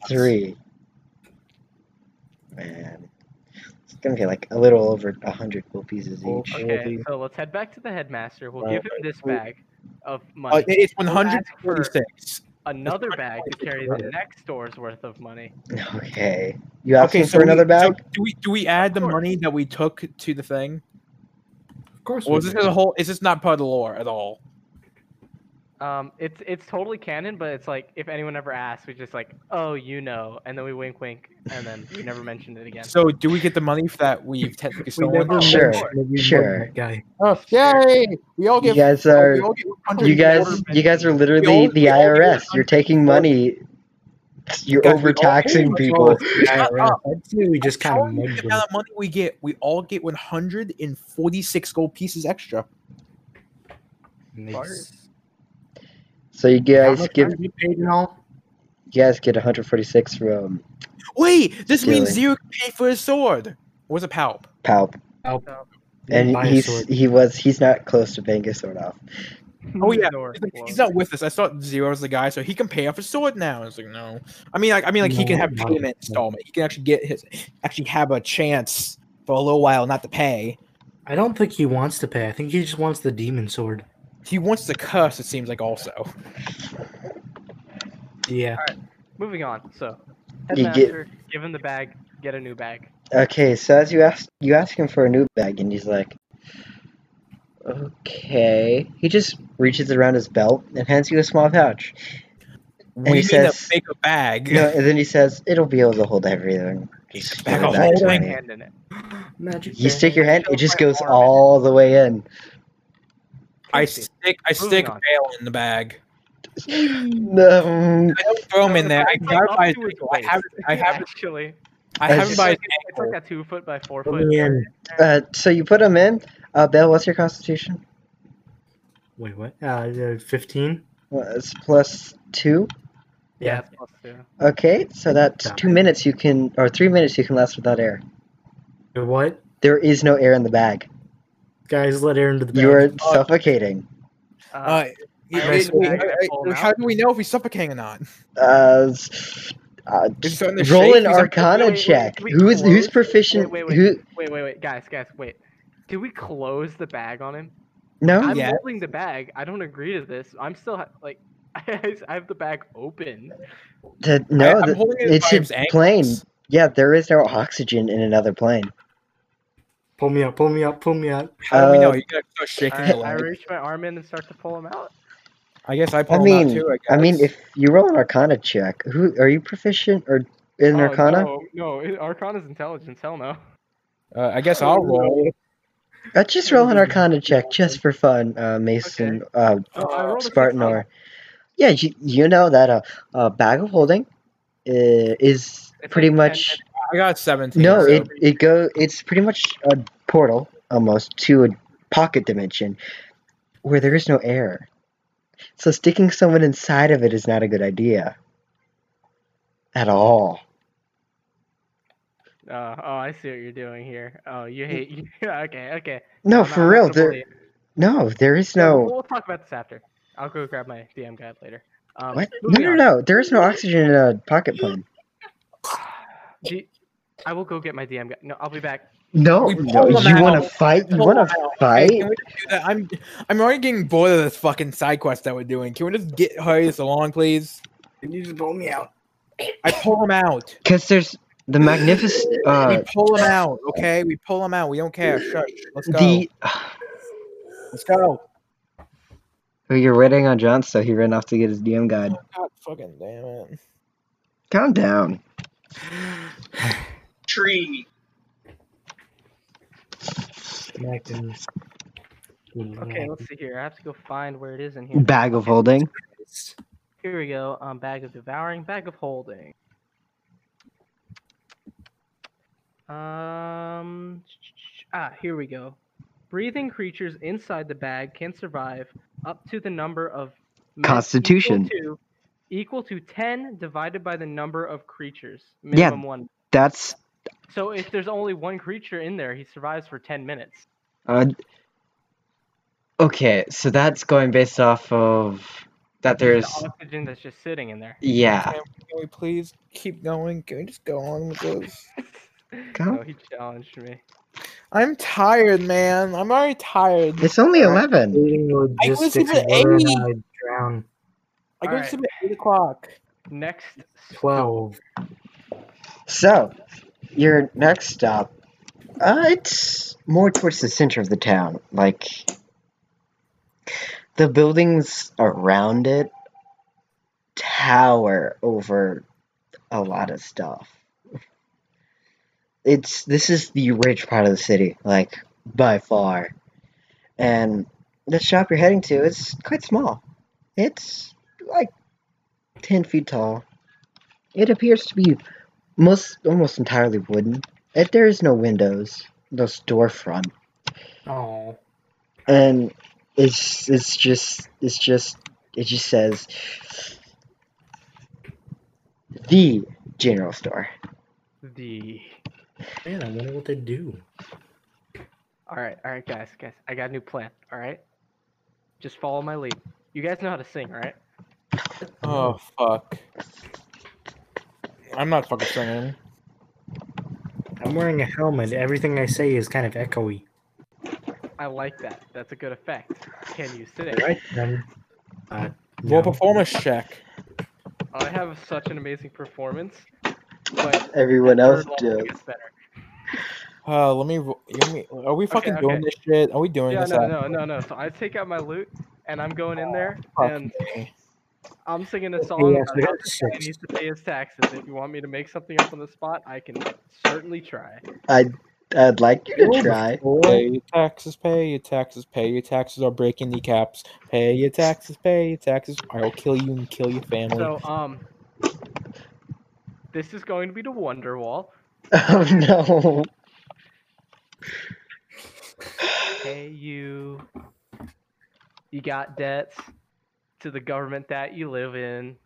S1: three. Man, it's gonna be like a little over a hundred gold pieces
S4: Oh,
S1: each.
S3: Okay, so let's head back to the headmaster. We'll
S4: Uh,
S3: give him this
S4: we-
S3: bag of
S4: Uh,
S3: money.
S4: it's one hundred forty-six.
S3: Another
S4: it's
S3: bag to carry the next store's worth of money.
S1: Okay, you asking for
S4: we-
S1: another bag?
S4: So do we do we add the
S3: course.
S4: money that we took to the thing?
S2: Of course.
S4: Or
S2: we
S4: is this
S2: do.
S4: a whole? Is this not part of the lore at all?
S3: Um, it's it's totally canon, but it's like if anyone ever asks, we just like, oh, you know, and then we wink, wink, and then we never mention it again.
S4: So do we get the money for that we've technically
S2: We
S4: stolen?
S2: never
S1: Sure,
S2: mentioned that we murdered
S1: sure.
S2: that guy.
S4: Oh, yay! We all
S1: You
S4: get.
S1: guys
S4: we
S1: are,
S4: all get 100
S1: you guys,
S4: quarter-
S1: you guys are
S4: we
S1: literally
S4: all-
S1: the
S4: we all get
S1: IRS. You're taking money. You're
S4: Guys, we all-
S1: overtaxing
S4: That's
S1: people.
S2: Yeah, right.
S4: up.
S2: I'd say we just kind
S4: How
S2: of
S4: much
S2: mugged him.
S4: amount of money we get, we all get 146 gold pieces extra.
S2: Nice.
S1: So you
S2: How
S1: guys
S2: much
S1: give,
S2: did we pay in all?
S1: you guys get 146 from
S4: Wait, this means
S1: Really?
S4: Zero can pay for his sword. Where's a palp?
S1: Palp,
S2: Help. We
S1: and
S2: buy a
S1: he's
S2: sword.
S1: he was he's not close to paying his sword off.
S4: Oh yeah,
S3: Door
S4: he's, like, he's
S3: closed.
S4: not with us. I thought Zero was the guy, so he can pay off his sword now. It's like no, I mean, like I mean, like he can
S2: No,
S4: have
S2: no,
S4: payment installment. He can actually get his, actually have a chance for a little while not to pay.
S2: I don't think he wants to pay. I think he just wants the demon sword.
S4: He wants to curse. It seems like also.
S2: Yeah.
S3: Moving on. So,
S1: You get-
S3: headmaster, give him the bag, get a new bag.
S1: Okay, so as you ask you ask him for a new bag and he's like Okay. He just reaches around his belt and hands you a small pouch.
S4: we need
S1: says-
S4: to make a bag.
S1: No, and then he says, It'll be able to hold everything. Just give
S4: Back
S1: it
S4: off,
S1: back
S4: hold
S1: to
S4: Right.
S3: Bang.
S1: me.
S3: Hand in it.
S2: Magic.
S1: You stick your hand, it
S3: Shove
S1: just
S3: my
S1: goes
S3: arm in.
S1: all the way in.
S4: I stick. I stick
S3: on.
S4: Bale in the bag.
S1: No.
S4: I don't throw him
S3: No,
S4: in
S3: the
S4: there. I
S3: bag's like
S4: grab
S3: up
S4: by his
S3: to his
S4: ankle. I have. I have.
S3: Actually,
S4: I have him
S1: It's
S4: by
S3: like,
S4: his
S3: it's
S4: ankle.
S3: like a two foot by four
S2: Put
S3: foot.
S2: me in.
S1: Uh, so you put him in. Uh, Bill, what's your constitution?
S2: Wait, what? Uh, fifteen.
S1: Well, it's plus two.
S3: Yeah, it's plus two.
S1: Okay, so that's two minutes you can, or three minutes you can last without air.
S2: Wait, What?
S1: There is no air in the bag.
S2: Guys, let air into the bag.
S1: You are suffocating.
S3: Uh,
S4: Uh,
S3: I
S4: it-
S2: always
S4: it-
S2: pull
S4: wait,
S3: him
S4: I-
S3: out.
S4: I- how do we know if he's suffocating or not?
S1: Uh, s- uh,
S4: Is he starting to
S1: roll
S4: shake?
S1: an
S4: He's like-
S1: Arcana
S3: wait, wait,
S1: check.
S3: can we
S1: Who is who's
S3: close?
S1: proficient?
S3: Wait, wait, wait.
S1: Who?
S3: wait, wait, wait, guys, guys, wait. Did we close the bag on him?
S1: No.
S3: I'm
S4: Yeah.
S3: holding the bag. I don't agree to this. I'm still ha- like, I have the bag open.
S1: The-
S4: I-
S1: no.
S4: I'm
S1: the-
S4: holding it
S1: it's
S4: by his
S1: a plane.
S4: ankles.
S1: Yeah, there is no oxygen in another plane.
S2: Pull me up, pull me up, pull me up.
S4: How do we know?
S1: Uh,
S4: You gotta start shaking
S3: I,
S4: your
S3: I
S4: leg.
S3: reach my arm in and start to pull him out.
S4: I guess I
S1: I
S4: pull him out
S1: mean,
S4: too.
S1: I,
S4: I,
S1: mean,
S4: guess.
S1: if you roll an Arcana check, who are you proficient or in
S3: Oh,
S1: Arcana?
S3: No, no, it- Arcana's intelligence. Hell no.
S4: uh, I guess I'll roll.
S1: Let's Uh, just roll an Arcana check just for fun, uh, Mason, uh,
S3: Oh, I rolled a six
S1: Spartan
S3: on
S1: or yeah, you, you know that a, a bag of holding uh, is
S3: It's
S1: pretty
S3: like
S1: much
S3: 10
S4: I got seventeen.
S1: no,
S4: so-
S1: it it go it's pretty much a portal almost to a pocket dimension where there is no air. So sticking someone inside of it is not a good idea at all.
S3: Uh, oh, I see what you're doing here. Oh, you hate. You, okay, okay.
S1: No,
S3: I'm not- I'm
S1: for
S3: not
S1: real.
S3: gonna bully
S1: There,
S3: you.
S1: no, there is
S3: Yeah,
S1: no.
S3: We'll, we'll talk about this after. I'll go grab my DM guide later. Um,
S1: What? No,
S3: moving
S1: no,
S3: on.
S1: no. There is no oxygen in a pocket plane.
S3: Do you- I will go get my DM guide. No, I'll be back.
S1: No,
S4: We
S1: no.
S4: pull them
S1: You
S4: out.
S1: want to fight? You
S4: Pull
S1: want
S4: them
S1: to
S4: out. Hey,
S1: fight?
S4: can we just do that? I'm I'm already getting bored of this fucking side quest that we're doing. Can we just get hurry this along, please?
S2: Can you just pull me out?
S4: I pull him out.
S1: Because there's the magnificent.
S4: we
S1: Uh,
S4: pull him out, okay? We pull him out. We don't care. Shush. Let's go.
S1: the
S4: Let's go.
S1: oh, you're ratting on John, so he ran off to get his DM guide.
S4: God fucking damn it.
S1: Calm down.
S5: Tree.
S2: Connecting.
S3: Okay, let's see here. I have to go find where it is in here.
S1: Bag of holding.
S3: Here we go. Um, bag of devouring, bag of holding. Um, ah, here we go. Breathing creatures inside the bag can survive up to the number of men equal
S1: Constitution.
S3: to- equal to, ten divided by the number of creatures.
S1: Yeah.
S3: Minimum one.
S1: That's
S3: So if there's only one creature in there, he survives for ten minutes.
S1: uh, okay. So that's going based off of that.
S3: The
S1: There's
S3: oxygen that's just sitting in there.
S1: yeah.
S4: Can we please keep going? Can we just go on with this?
S1: Come-
S3: Oh, he challenged me.
S4: I'm tired, man. I'm already tired.
S1: It's only eleven.
S2: Dating logistics.
S4: at
S2: whether or
S4: eight.
S2: not I drown.
S4: I go
S3: Alright.
S4: to sleep at 8 o'clock.
S3: Next,
S2: Twelve.
S1: So your next stop. Uh, it's more towards the center of the town. Like the buildings around it tower over a lot of stuff. It's this is the rich part of the city, like by far. And the shop you're heading to is quite small. It's like ten feet tall. It appears to be most almost entirely wooden. It, there is no windows, no storefront
S2: Oh.
S1: and it's it's just it's just it just says the general store.
S3: the
S2: Man, I wonder what they do.
S3: All right, all right, guys, guys. I got a new plan. All right, just follow my lead. You guys know how to sing, right?
S4: Oh, fuck. I'm not fucking singing.
S2: I'm wearing a helmet. Everything I say is kind of echoey.
S3: I like that. That's a good effect. Can you sing?
S2: Right then. Uh,
S4: Roll
S2: no.
S4: performance check.
S3: I have such an amazing performance, but
S1: Everyone else
S3: third level
S1: does.
S3: gets better.
S4: Uh, let me. ro- Let me are we fucking doing
S3: okay.
S4: this shit? Are we doing
S3: Yeah,
S4: this?
S3: no,
S4: at-
S3: no, no, no. So I take out my loot and I'm going in there
S4: fuck
S3: and
S4: me.
S3: I'm singing a
S2: Okay,
S3: song
S2: Oh, yes, we
S3: about how
S2: got
S3: this guy
S2: six.
S3: needs to pay his taxes. If you want me to make something up on the spot, I can certainly try.
S1: I'd I'd like you to
S4: Roll
S1: try.
S4: Pay your taxes, pay your taxes, pay your taxes, or break your kneecaps. Pay your taxes, pay your taxes, or I'll kill you and kill your family.
S3: So, um, this is going to be the Wonderwall.
S1: Oh no.
S3: Hey, you. You got debts to the government that you live in.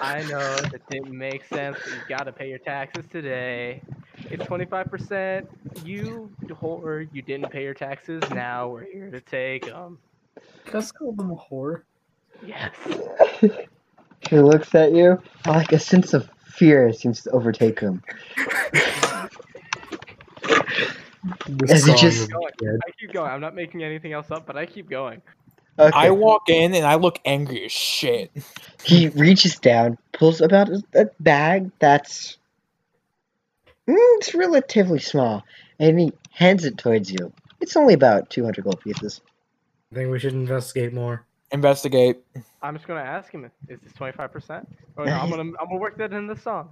S3: I know that didn't make sense, but you gotta pay your taxes today. It's 25%. You whore, you didn't pay your taxes. Now we're here to take them.
S2: Let's call them a whore.
S3: Yes.
S1: He looks at you. Like a sense of fear seems to overtake him. As he just-
S3: I keep going. I'm not making anything else up, but I keep going.
S1: Okay.
S4: I walk in and I look angry as shit.
S1: He reaches down, pulls about a a bag that's mm, it's relatively small, and he hands it towards you. It's only about 200 gold pieces.
S2: I think we should investigate more.
S4: Investigate.
S3: I'm just gonna ask him. Is this 25 percent? Or no, I'm gonna I'm gonna work that in the song.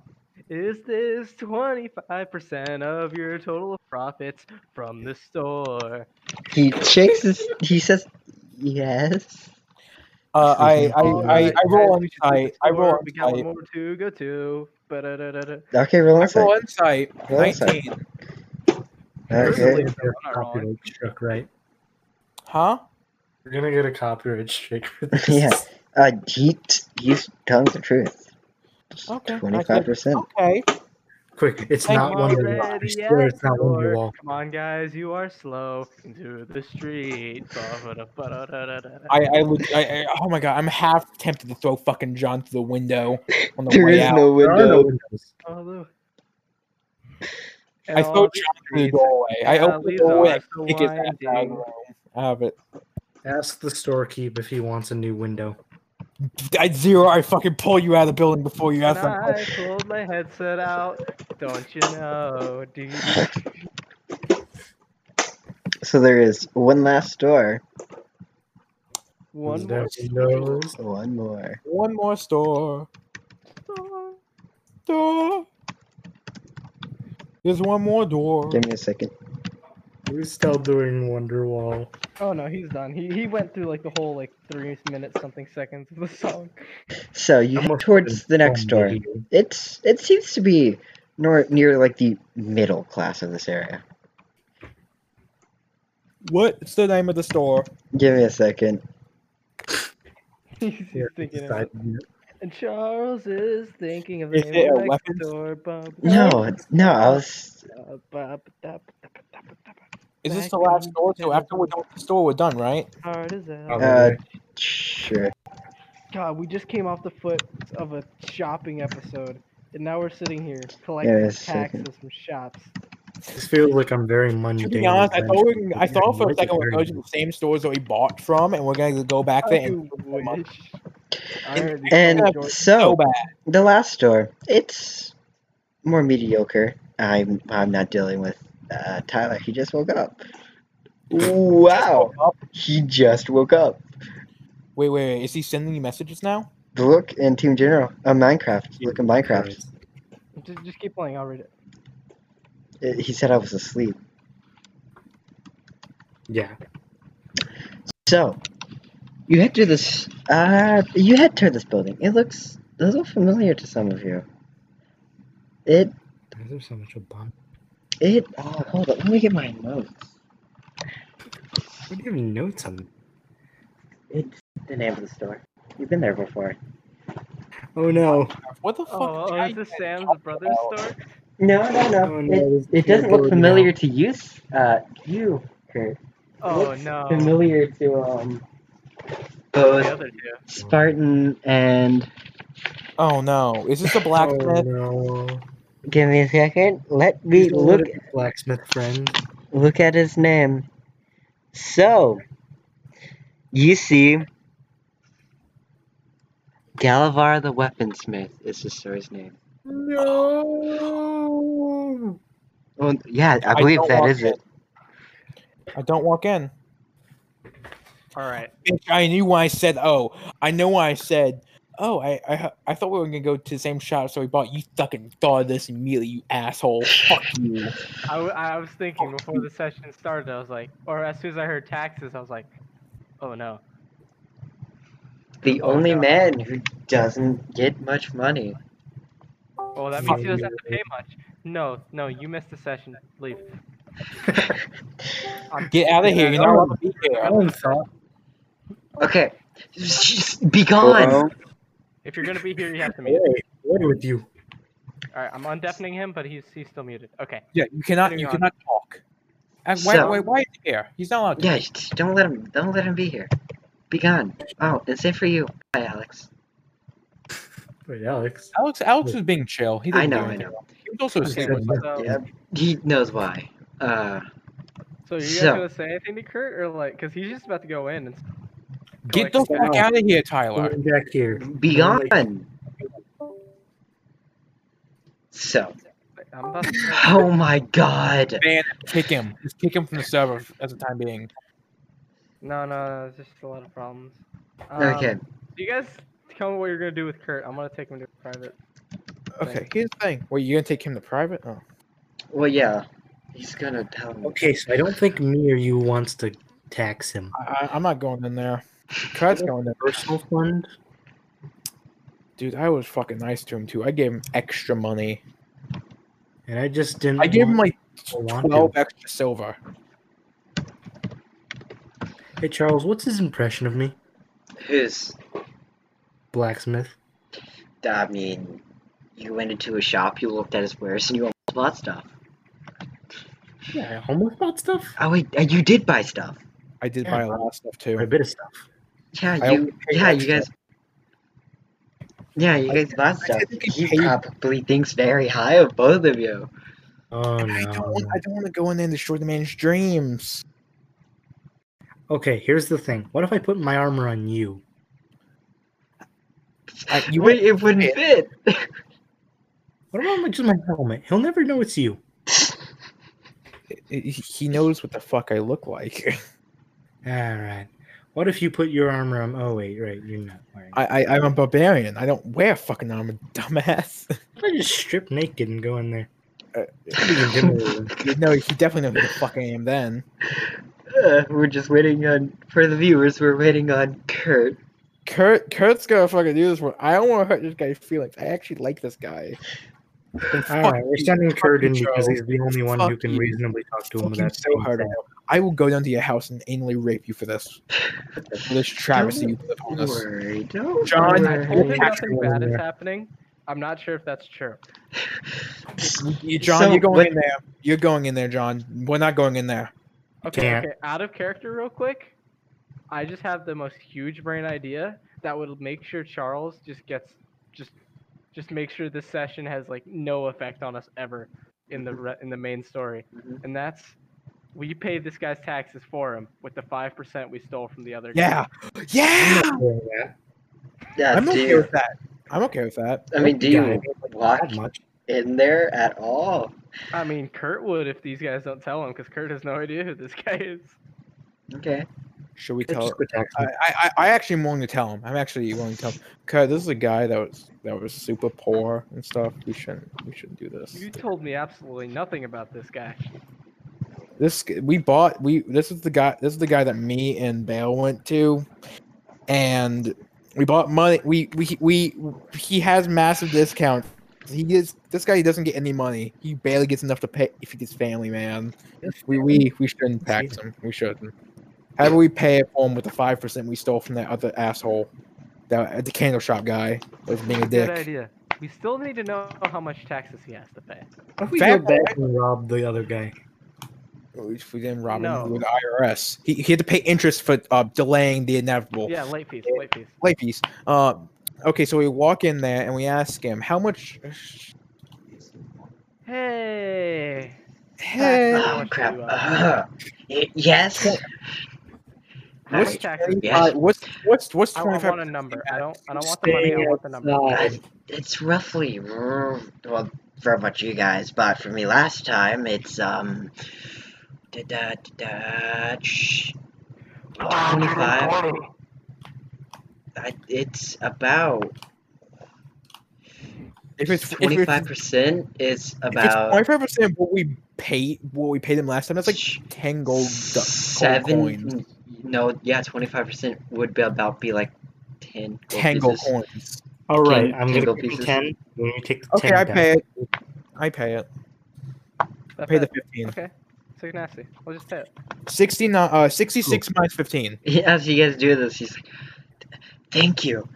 S3: Is this 25 percent of your total profits from the store?
S1: He shakes his. He says, "Yes."
S4: Uh, I, I,
S2: All
S4: I, I,
S2: right,
S4: roll
S3: guys, we should
S4: insight.
S3: hit the
S4: I roll
S3: store. We got one
S4: insight.
S3: more to go to. Ba-da-da-da-da.
S1: Okay, roll
S4: I
S1: insight.
S4: roll insight.
S1: Roll insight.
S4: 19.
S1: Okay.
S3: Personally, if I'm not wrong.
S2: Copyright struck, right?
S4: Huh?
S2: We're gonna get a copyright strike for this.
S1: Yeah. Uh, he t- he's telling the truth.
S4: Okay.
S1: Twenty-five percent.
S4: Okay.
S2: Quick, it's
S4: Hey,
S2: not one of you. all. I
S3: Already
S2: swear
S3: at
S2: it's not one of you
S3: store.
S2: all.
S3: Come on, guys, you are slow into the street. Ba-da-da-da-da-da-da.
S4: I, I, leg- I, I, oh my god, I'm half tempted to throw fucking John through the window on the
S1: There
S4: way
S1: is
S4: out.
S1: no
S2: There are no
S1: window.
S2: windows.
S3: All the-
S4: I
S3: And
S4: throw
S3: all
S4: John
S3: these
S4: through the
S3: streets
S4: doorway. I
S3: and
S4: open the
S3: alleys
S4: doorway.
S3: are so
S4: I kick his ass out of the
S3: winding.
S4: room. I have it.
S2: Ask the storekeep if he wants a new window.
S4: I zero. I fucking pull you out of the building before you have
S3: And
S4: something.
S3: I pulled my headset out. Don't you know, dude?
S1: So there is one last door.
S3: One
S2: Is
S3: more
S2: there windows?
S1: One more.
S4: One more store.
S3: store.
S4: Door. There's one more door.
S1: Give me a second.
S2: Who's still doing Wonderwall?
S3: Oh no, he's done. He he went through like the whole like three minutes something seconds of the song.
S1: So you
S2: I'm
S1: head
S2: a
S1: towards the
S2: fucking
S1: next
S2: dumb
S1: door.
S2: idiot.
S1: It's it seems to be nor, near like the middle class of this area.
S4: What's the name of the store?
S1: Give me a second.
S3: he's he's
S2: Yeah,
S3: thinking of
S2: I-
S3: it. And Charles is thinking of the
S4: Is
S3: name
S4: it
S3: of
S4: a
S3: the next
S4: weapons?
S3: door. Ba- ba-
S1: No, it's- no, I was.
S3: ba- ba- ba- ba- ba- ba- ba-
S4: Is this
S3: Back
S4: the last
S3: in
S4: store? So after we're done with the store, we're done, right?
S3: Hard as hell.
S1: Uh,
S2: Probably.
S1: sure.
S3: God, we just came off the foot of a shopping episode, and now we're sitting here collecting
S1: Yeah, it's
S3: taxes
S1: second.
S3: from shops.
S2: This feels like I'm very mundane.
S4: To be honest, I
S2: adventure.
S4: thought we were, I thought for a
S2: Like
S4: second we're
S2: very
S4: going to the same stores that we bought from, and we're going to go back
S3: I
S4: there and
S3: do wish. I
S4: And-
S3: already
S1: And
S3: enjoyed-
S4: so
S1: so
S4: bad.
S1: the last door. It's more mediocre. I'm I'm not dealing with uh, Tyler. He just woke up. Wow, he just woke up.
S4: Wait, wait, wait. Is he sending you messages now?
S1: Look in Team General. Uh, Minecraft. Look at Minecraft.
S2: Christ.
S3: Just, just keep playing. I'll read it.
S1: Uh, He said I was asleep.
S2: Yeah.
S1: So, you head to this. Uh, you head to this building. It looks a little familiar to some of you. It.
S2: Why is there so much Obama?
S1: It. Oh, hold up. Let me get my notes.
S2: What do you have notes on?
S1: It's the name of the store. You've been there before.
S2: Oh no.
S1: Uh,
S4: What the fuck?
S3: Oh,
S4: did
S3: oh
S4: I
S3: is this
S4: get?
S3: Sam's Brothers
S4: about?
S3: store?
S1: No, no, no.
S2: Oh,
S1: It,
S2: no, this
S1: it doesn't look
S2: building now.
S1: familiar to you, s- uh, you, Kurt.
S3: Oh
S1: looks
S3: no.
S1: Familiar to um.
S3: The
S1: Both
S3: other two.
S1: Spartan and.
S4: Oh no! Is this the
S2: Oh
S4: blacksmith?
S2: no.
S1: Give me a second. Let me
S2: He's a
S1: look
S2: little blacksmith friend.
S1: look at his name. So, you see, Galavar the Weaponsmith is the store's name.
S2: No.
S1: Well, yeah, I
S4: I
S1: believe
S4: don't
S1: that
S4: want
S1: is it.
S4: I don't walk in.
S3: All right.
S4: Bitch, I knew why I said. Oh, I know why I said. Oh, I, I, I thought we were gonna go to the same shop, so we bought. You fucking thought of this immediately, you asshole! Fuck you!
S3: I, w- I was thinking before the session started. I was like, or as soon as I heard taxes, I was like, oh no.
S1: The
S3: Oh,
S1: only
S3: God.
S1: man who doesn't get much money.
S3: Oh, that means he doesn't have to pay much. No, no, you missed the session. Leave.
S4: Get out of here! You're not allowed to be here.
S2: Alan thought
S1: Okay, just be gone.
S3: If you're gonna be here, you have to
S2: Hey,
S3: mute.
S2: what with you?
S3: All right, I'm undeafening him, but he's he's still muted. Okay.
S4: Yeah, you cannot.
S3: Hang
S4: You
S3: on.
S4: cannot talk. And why,
S1: So-
S4: why, why is he here? He's not allowed. To.
S1: Yeah, just don't let him. Don't let him be here. Be gone. Oh, and same for you. Bye, Alex.
S2: Wait, Alex.
S4: Alex, Alex was being chill. He
S1: I
S4: didn't
S1: know,
S4: do
S1: I
S4: anything
S1: know.
S4: wrong. He was also
S2: Okay.
S4: asleep.
S3: So,
S4: Oh.
S1: Yeah, he knows why. Uh,
S3: so you guys
S1: So-
S3: gonna say anything to Kurt or like, cause he's just about to go in and
S4: Get the
S3: Like,
S4: fuck out of here, Tyler.
S2: Come back here.
S1: be
S2: Don't
S1: gone.
S2: make-
S1: So,
S3: I'm about to
S1: Oh my god.
S4: Man, kick him. Just kick him from the server f- as the time being.
S3: No, no, no, it's just a lot of problems. Um,
S1: Okay.
S3: You guys tell me what you're gonna do with Kurt. I'm gonna take him to private.
S4: Okay, here's the thing. Wait, you're gonna take him to private? Oh.
S1: Well, yeah. He's gonna tell me.
S2: Okay, so I don't think me or you wants to tax him.
S4: I, I, I'm not going in there. Kurt's going in.
S2: Personal fund?
S4: Dude, I was fucking nice to him too. I gave him extra money.
S2: And I just didn't.
S4: I gave him
S2: want-
S4: like
S2: I want to.
S4: twelve extra silver.
S2: Hey, Charles, what's his impression of me?
S1: Who's?
S2: Blacksmith.
S1: I mean, you went into a shop, you looked at his wares, and you almost bought stuff.
S2: Yeah, I almost bought stuff.
S1: Oh wait, and you did buy stuff.
S4: I did
S2: Yeah.
S4: buy a lot of stuff
S2: A
S4: too.
S2: bit of stuff.
S1: Yeah,
S4: I
S1: you.
S4: paid
S1: Yeah, you
S4: extra.
S1: guys. Yeah, you guys bought stuff.
S4: think I
S1: He
S4: paid-
S1: probably thinks very high of both of you.
S2: Oh
S4: I don't,
S2: no.
S4: want- I don't want to go in there and destroy the man's dreams.
S2: Okay, here's the thing. What if I put my armor on you?
S4: I, you
S1: Wait, it wouldn't fit.
S2: What about my- just my helmet? He'll never know it's you.
S4: he- he knows what the fuck I look like.
S2: All right. What if you put your armor on? Oh wait, right, you're not wearing. I,
S4: I, I I'm a barbarian. I don't wear fucking armor, dumbass.
S2: I just strip naked and go in there.
S4: Uh,
S2: That'd be intimidating.
S4: You know, he definitely knows who the fuck I am then.
S1: Uh, we're just waiting on for the viewers. We're waiting on Kurt.
S4: Kurt Kurt's gonna fucking do this one. I don't want to hurt this guy's feelings. I actually like this guy. And
S2: All
S4: fuck
S2: right, we're
S4: you.
S2: sending
S4: Fuck
S2: Kurt
S4: you,
S2: in because
S4: Charles.
S2: he's the only one who
S4: Fuck
S2: can
S4: you.
S2: reasonably talk to him
S4: Fucking
S2: without.
S4: so
S2: being
S4: hard.
S2: sad.
S4: I will go down to your house and anally rape you for this. For this travesty you put upon
S1: Don't
S4: us.
S1: worry. Don't
S4: John,
S3: I told
S1: worry.
S3: you
S4: Hey.
S3: nothing bad is
S2: Uh, Yeah.
S3: happening. I'm not sure if that's true.
S4: You, John,
S1: So
S4: you're going
S1: what-
S4: in there. You're going in there, John. We're not going in there.
S3: Okay,
S2: Can't.
S3: okay. Out of character, real quick. I just have the most huge brain idea that would make sure Charles just gets just just make sure this session has like no effect on us ever in the re- in the main story,
S2: Mm-hmm.
S1: Mhm.
S3: and that's we pay this guy's taxes for him with the five percent we stole from the other. guy.
S4: Yeah. Yeah.
S2: Yeah,
S1: Yeah,
S4: I'm okay
S1: dude.
S4: with that. I'm okay with that.
S1: I mean, do
S2: Yeah,
S1: you
S2: Not
S1: walk
S2: much.
S1: in there at all?
S3: I mean Kurt would if these guys don't tell him because Kurt has no idea who this guy is.
S1: Okay.
S4: Should we
S2: It's
S4: tell?
S2: just the tax.
S4: I, I, I actually am willing to tell him. I'm actually willing to tell him. Cause this is a guy that was that was super poor and stuff. We shouldn't we shouldn't do this.
S3: You told me absolutely nothing about this guy.
S4: This g- we bought we this is the guy this is the guy that me and Bale went to, and we bought money. We we we he has massive discount. He is this guy. He doesn't get any money. He barely gets enough to pay if he gets family man. We we we shouldn't tax him. We shouldn't. How do we pay it for him with the five percent we stole from that other asshole, that at the candle shop guy that was being a
S3: Good
S4: dick?
S3: idea. We still need to know how much taxes he has to pay.
S2: What if we
S4: Fair
S2: go back and rob the other guy?
S4: If we didn't rob
S3: No.
S4: him with the IRS, he, he had to pay interest for uh, delaying the inevitable.
S3: Yeah, late fees, late fees.
S4: play piece. Uh, okay, so we walk in there and we ask him how much.
S3: Hey.
S4: Hey,
S3: How
S1: Oh
S3: much do
S1: crap.
S3: you,
S1: Uh, yes.
S3: How
S4: What's
S3: much taxes?
S4: uh, what's what's what's
S3: I, I
S4: twenty five?
S3: want a number. I don't. I don't want the money. I want the number.
S1: Uh, it's roughly well for what you guys bought for me last time. It's um. Da, da, da, da, sh- 25. I- It's about
S4: If it's twenty five
S1: 25% is
S4: twenty
S1: about
S4: five percent, what we paid, what we paid him last time, that's like
S1: Sh-
S4: ten gold, du- gold coins,
S1: seven. No, yeah, 25% would be about be like 10 gold
S4: ten gold
S1: pieces.
S4: coins.
S2: All right, I'm
S1: Tangle
S2: gonna give you
S1: pieces.
S2: ten. When you take the
S4: Okay,
S2: ten
S4: I
S2: down.
S4: pay it. I pay it. I
S3: That's
S4: pay the
S3: it.
S4: fifteen.
S3: Okay. So nasty. We'll just pay it.
S4: Sixty nine. Uh, sixty six minus fifteen.
S1: As you guys do this, he's like, thank you.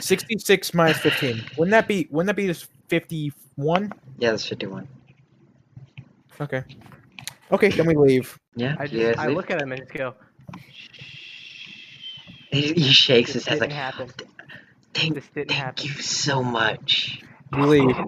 S4: Sixty six minus fifteen. Wouldn't that be? Wouldn't that be just fifty one?
S1: Yeah, that's 51.
S4: Okay. Okay, then we leave.
S1: Yeah,
S3: I
S1: you
S3: just.
S1: guys
S3: I
S1: leave.
S3: look at him and just go.
S1: He, he shakes
S3: This
S1: his head
S3: didn't
S1: like,
S3: happen.
S1: thank,
S3: This didn't
S1: thank
S3: happen.
S1: you so much.
S4: We leave.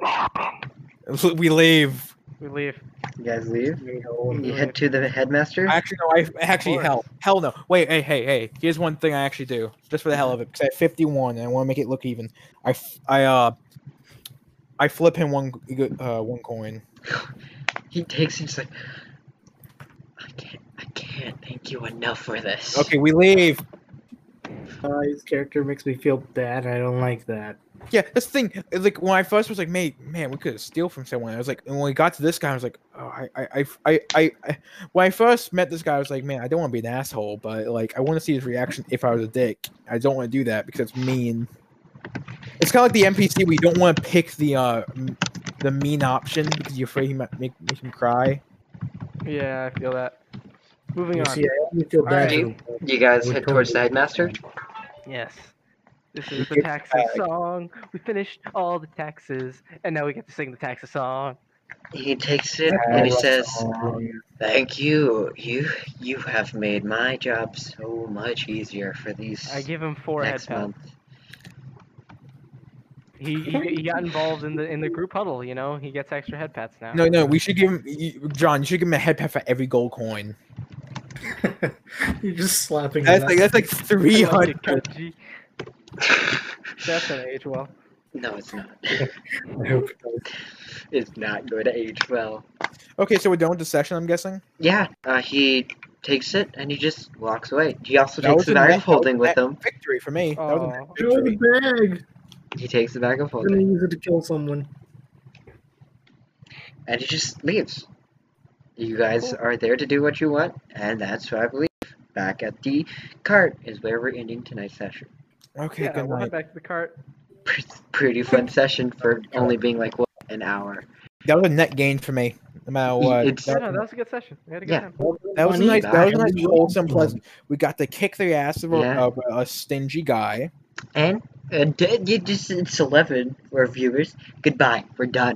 S4: We leave.
S3: We leave.
S1: You guys leave? You
S3: leave.
S1: head to the headmaster?
S4: Actually, no. I actually hell, hell no. Wait, hey, hey, hey. Here's one thing I actually do, just for the hell of it, because I have 51 and I want to make it look even. I, f- I, uh, I flip him one uh, one coin.
S1: He takes it. He's like, I can't. I can't thank you enough for this.
S4: Okay, we leave.
S2: Uh, his character makes me feel bad. I don't like that.
S4: Yeah, that's the thing. it's Like when I first was like, mate, man, we could steal from someone. I was like, and when we got to this guy, I was like, oh, I, I, I, I, I, when I first met this guy, I was like, man, I don't want to be an asshole, but like, I want to see his reaction if I was a dick. I don't want to do that because it's mean. It's kind of like the NPC. We don't want to pick the uh, m- the mean option because you're afraid he might make, make him cry.
S3: Yeah, I feel that. Moving
S2: You
S3: on.
S2: see, I only feel bad.
S1: Alright.
S2: for him.
S1: You guys
S2: We're
S1: head towards the
S2: totally-
S1: headmaster.
S3: Yes. This is the
S4: get
S3: taxes
S4: back.
S3: song. We finished all the taxes, and now we get to sing the taxes song.
S1: He takes it and he
S4: Oh,
S1: says,
S4: um,
S1: "Thank you. You you have made my job so much easier for these
S3: I give him four head
S1: next
S3: pats.
S1: month."
S3: He, he he got involved in the in the group huddle. You know, he gets extra head pats now.
S4: No, no, we should give him you- John. You should give him a head pat for every gold coin.
S2: You're just slapping.
S4: That's
S2: him.
S4: like that's like three
S3: I like
S4: hundred.
S3: it, Koji. That's gonna age well.
S1: No, it's not.
S2: I hope it does.
S1: It's not going to age well.
S4: Okay, so we're done with the session. I'm guessing.
S1: Yeah, uh, he takes it and he just walks away. He also
S4: That
S1: takes
S4: was
S1: the
S4: a
S1: bag
S4: net-
S1: of holding with
S4: that-
S1: him.
S4: victory for me.
S3: Oh,
S4: That was a net
S3: Aw.
S2: Throw the
S4: victory.
S2: bag.
S1: He takes the bag of
S2: I'm gonna
S1: holding
S2: use it to kill someone.
S1: and he just leaves. You guys are there to do what you want, and that's what I believe. Back at the cart is where we're ending tonight's session.
S4: Okay,
S3: yeah,
S4: good
S3: we'll head
S4: night.
S3: back to the cart.
S1: Pre- Pretty fun session for only being like what an hour.
S4: That was a net gain for me. No matter
S1: Y-
S4: what.
S1: it's-
S3: Yeah,
S4: That,
S3: no, that was a good session. We had a good
S1: Yeah.
S3: time.
S4: that was a
S2: Funny.
S4: nice, that was a
S1: Back.
S4: nice, wholesome, pleasant. We got to kick the ass of a,
S1: Yeah.
S4: of a stingy guy.
S1: And uh, d- you just it's eleven for viewers. Goodbye. We're done.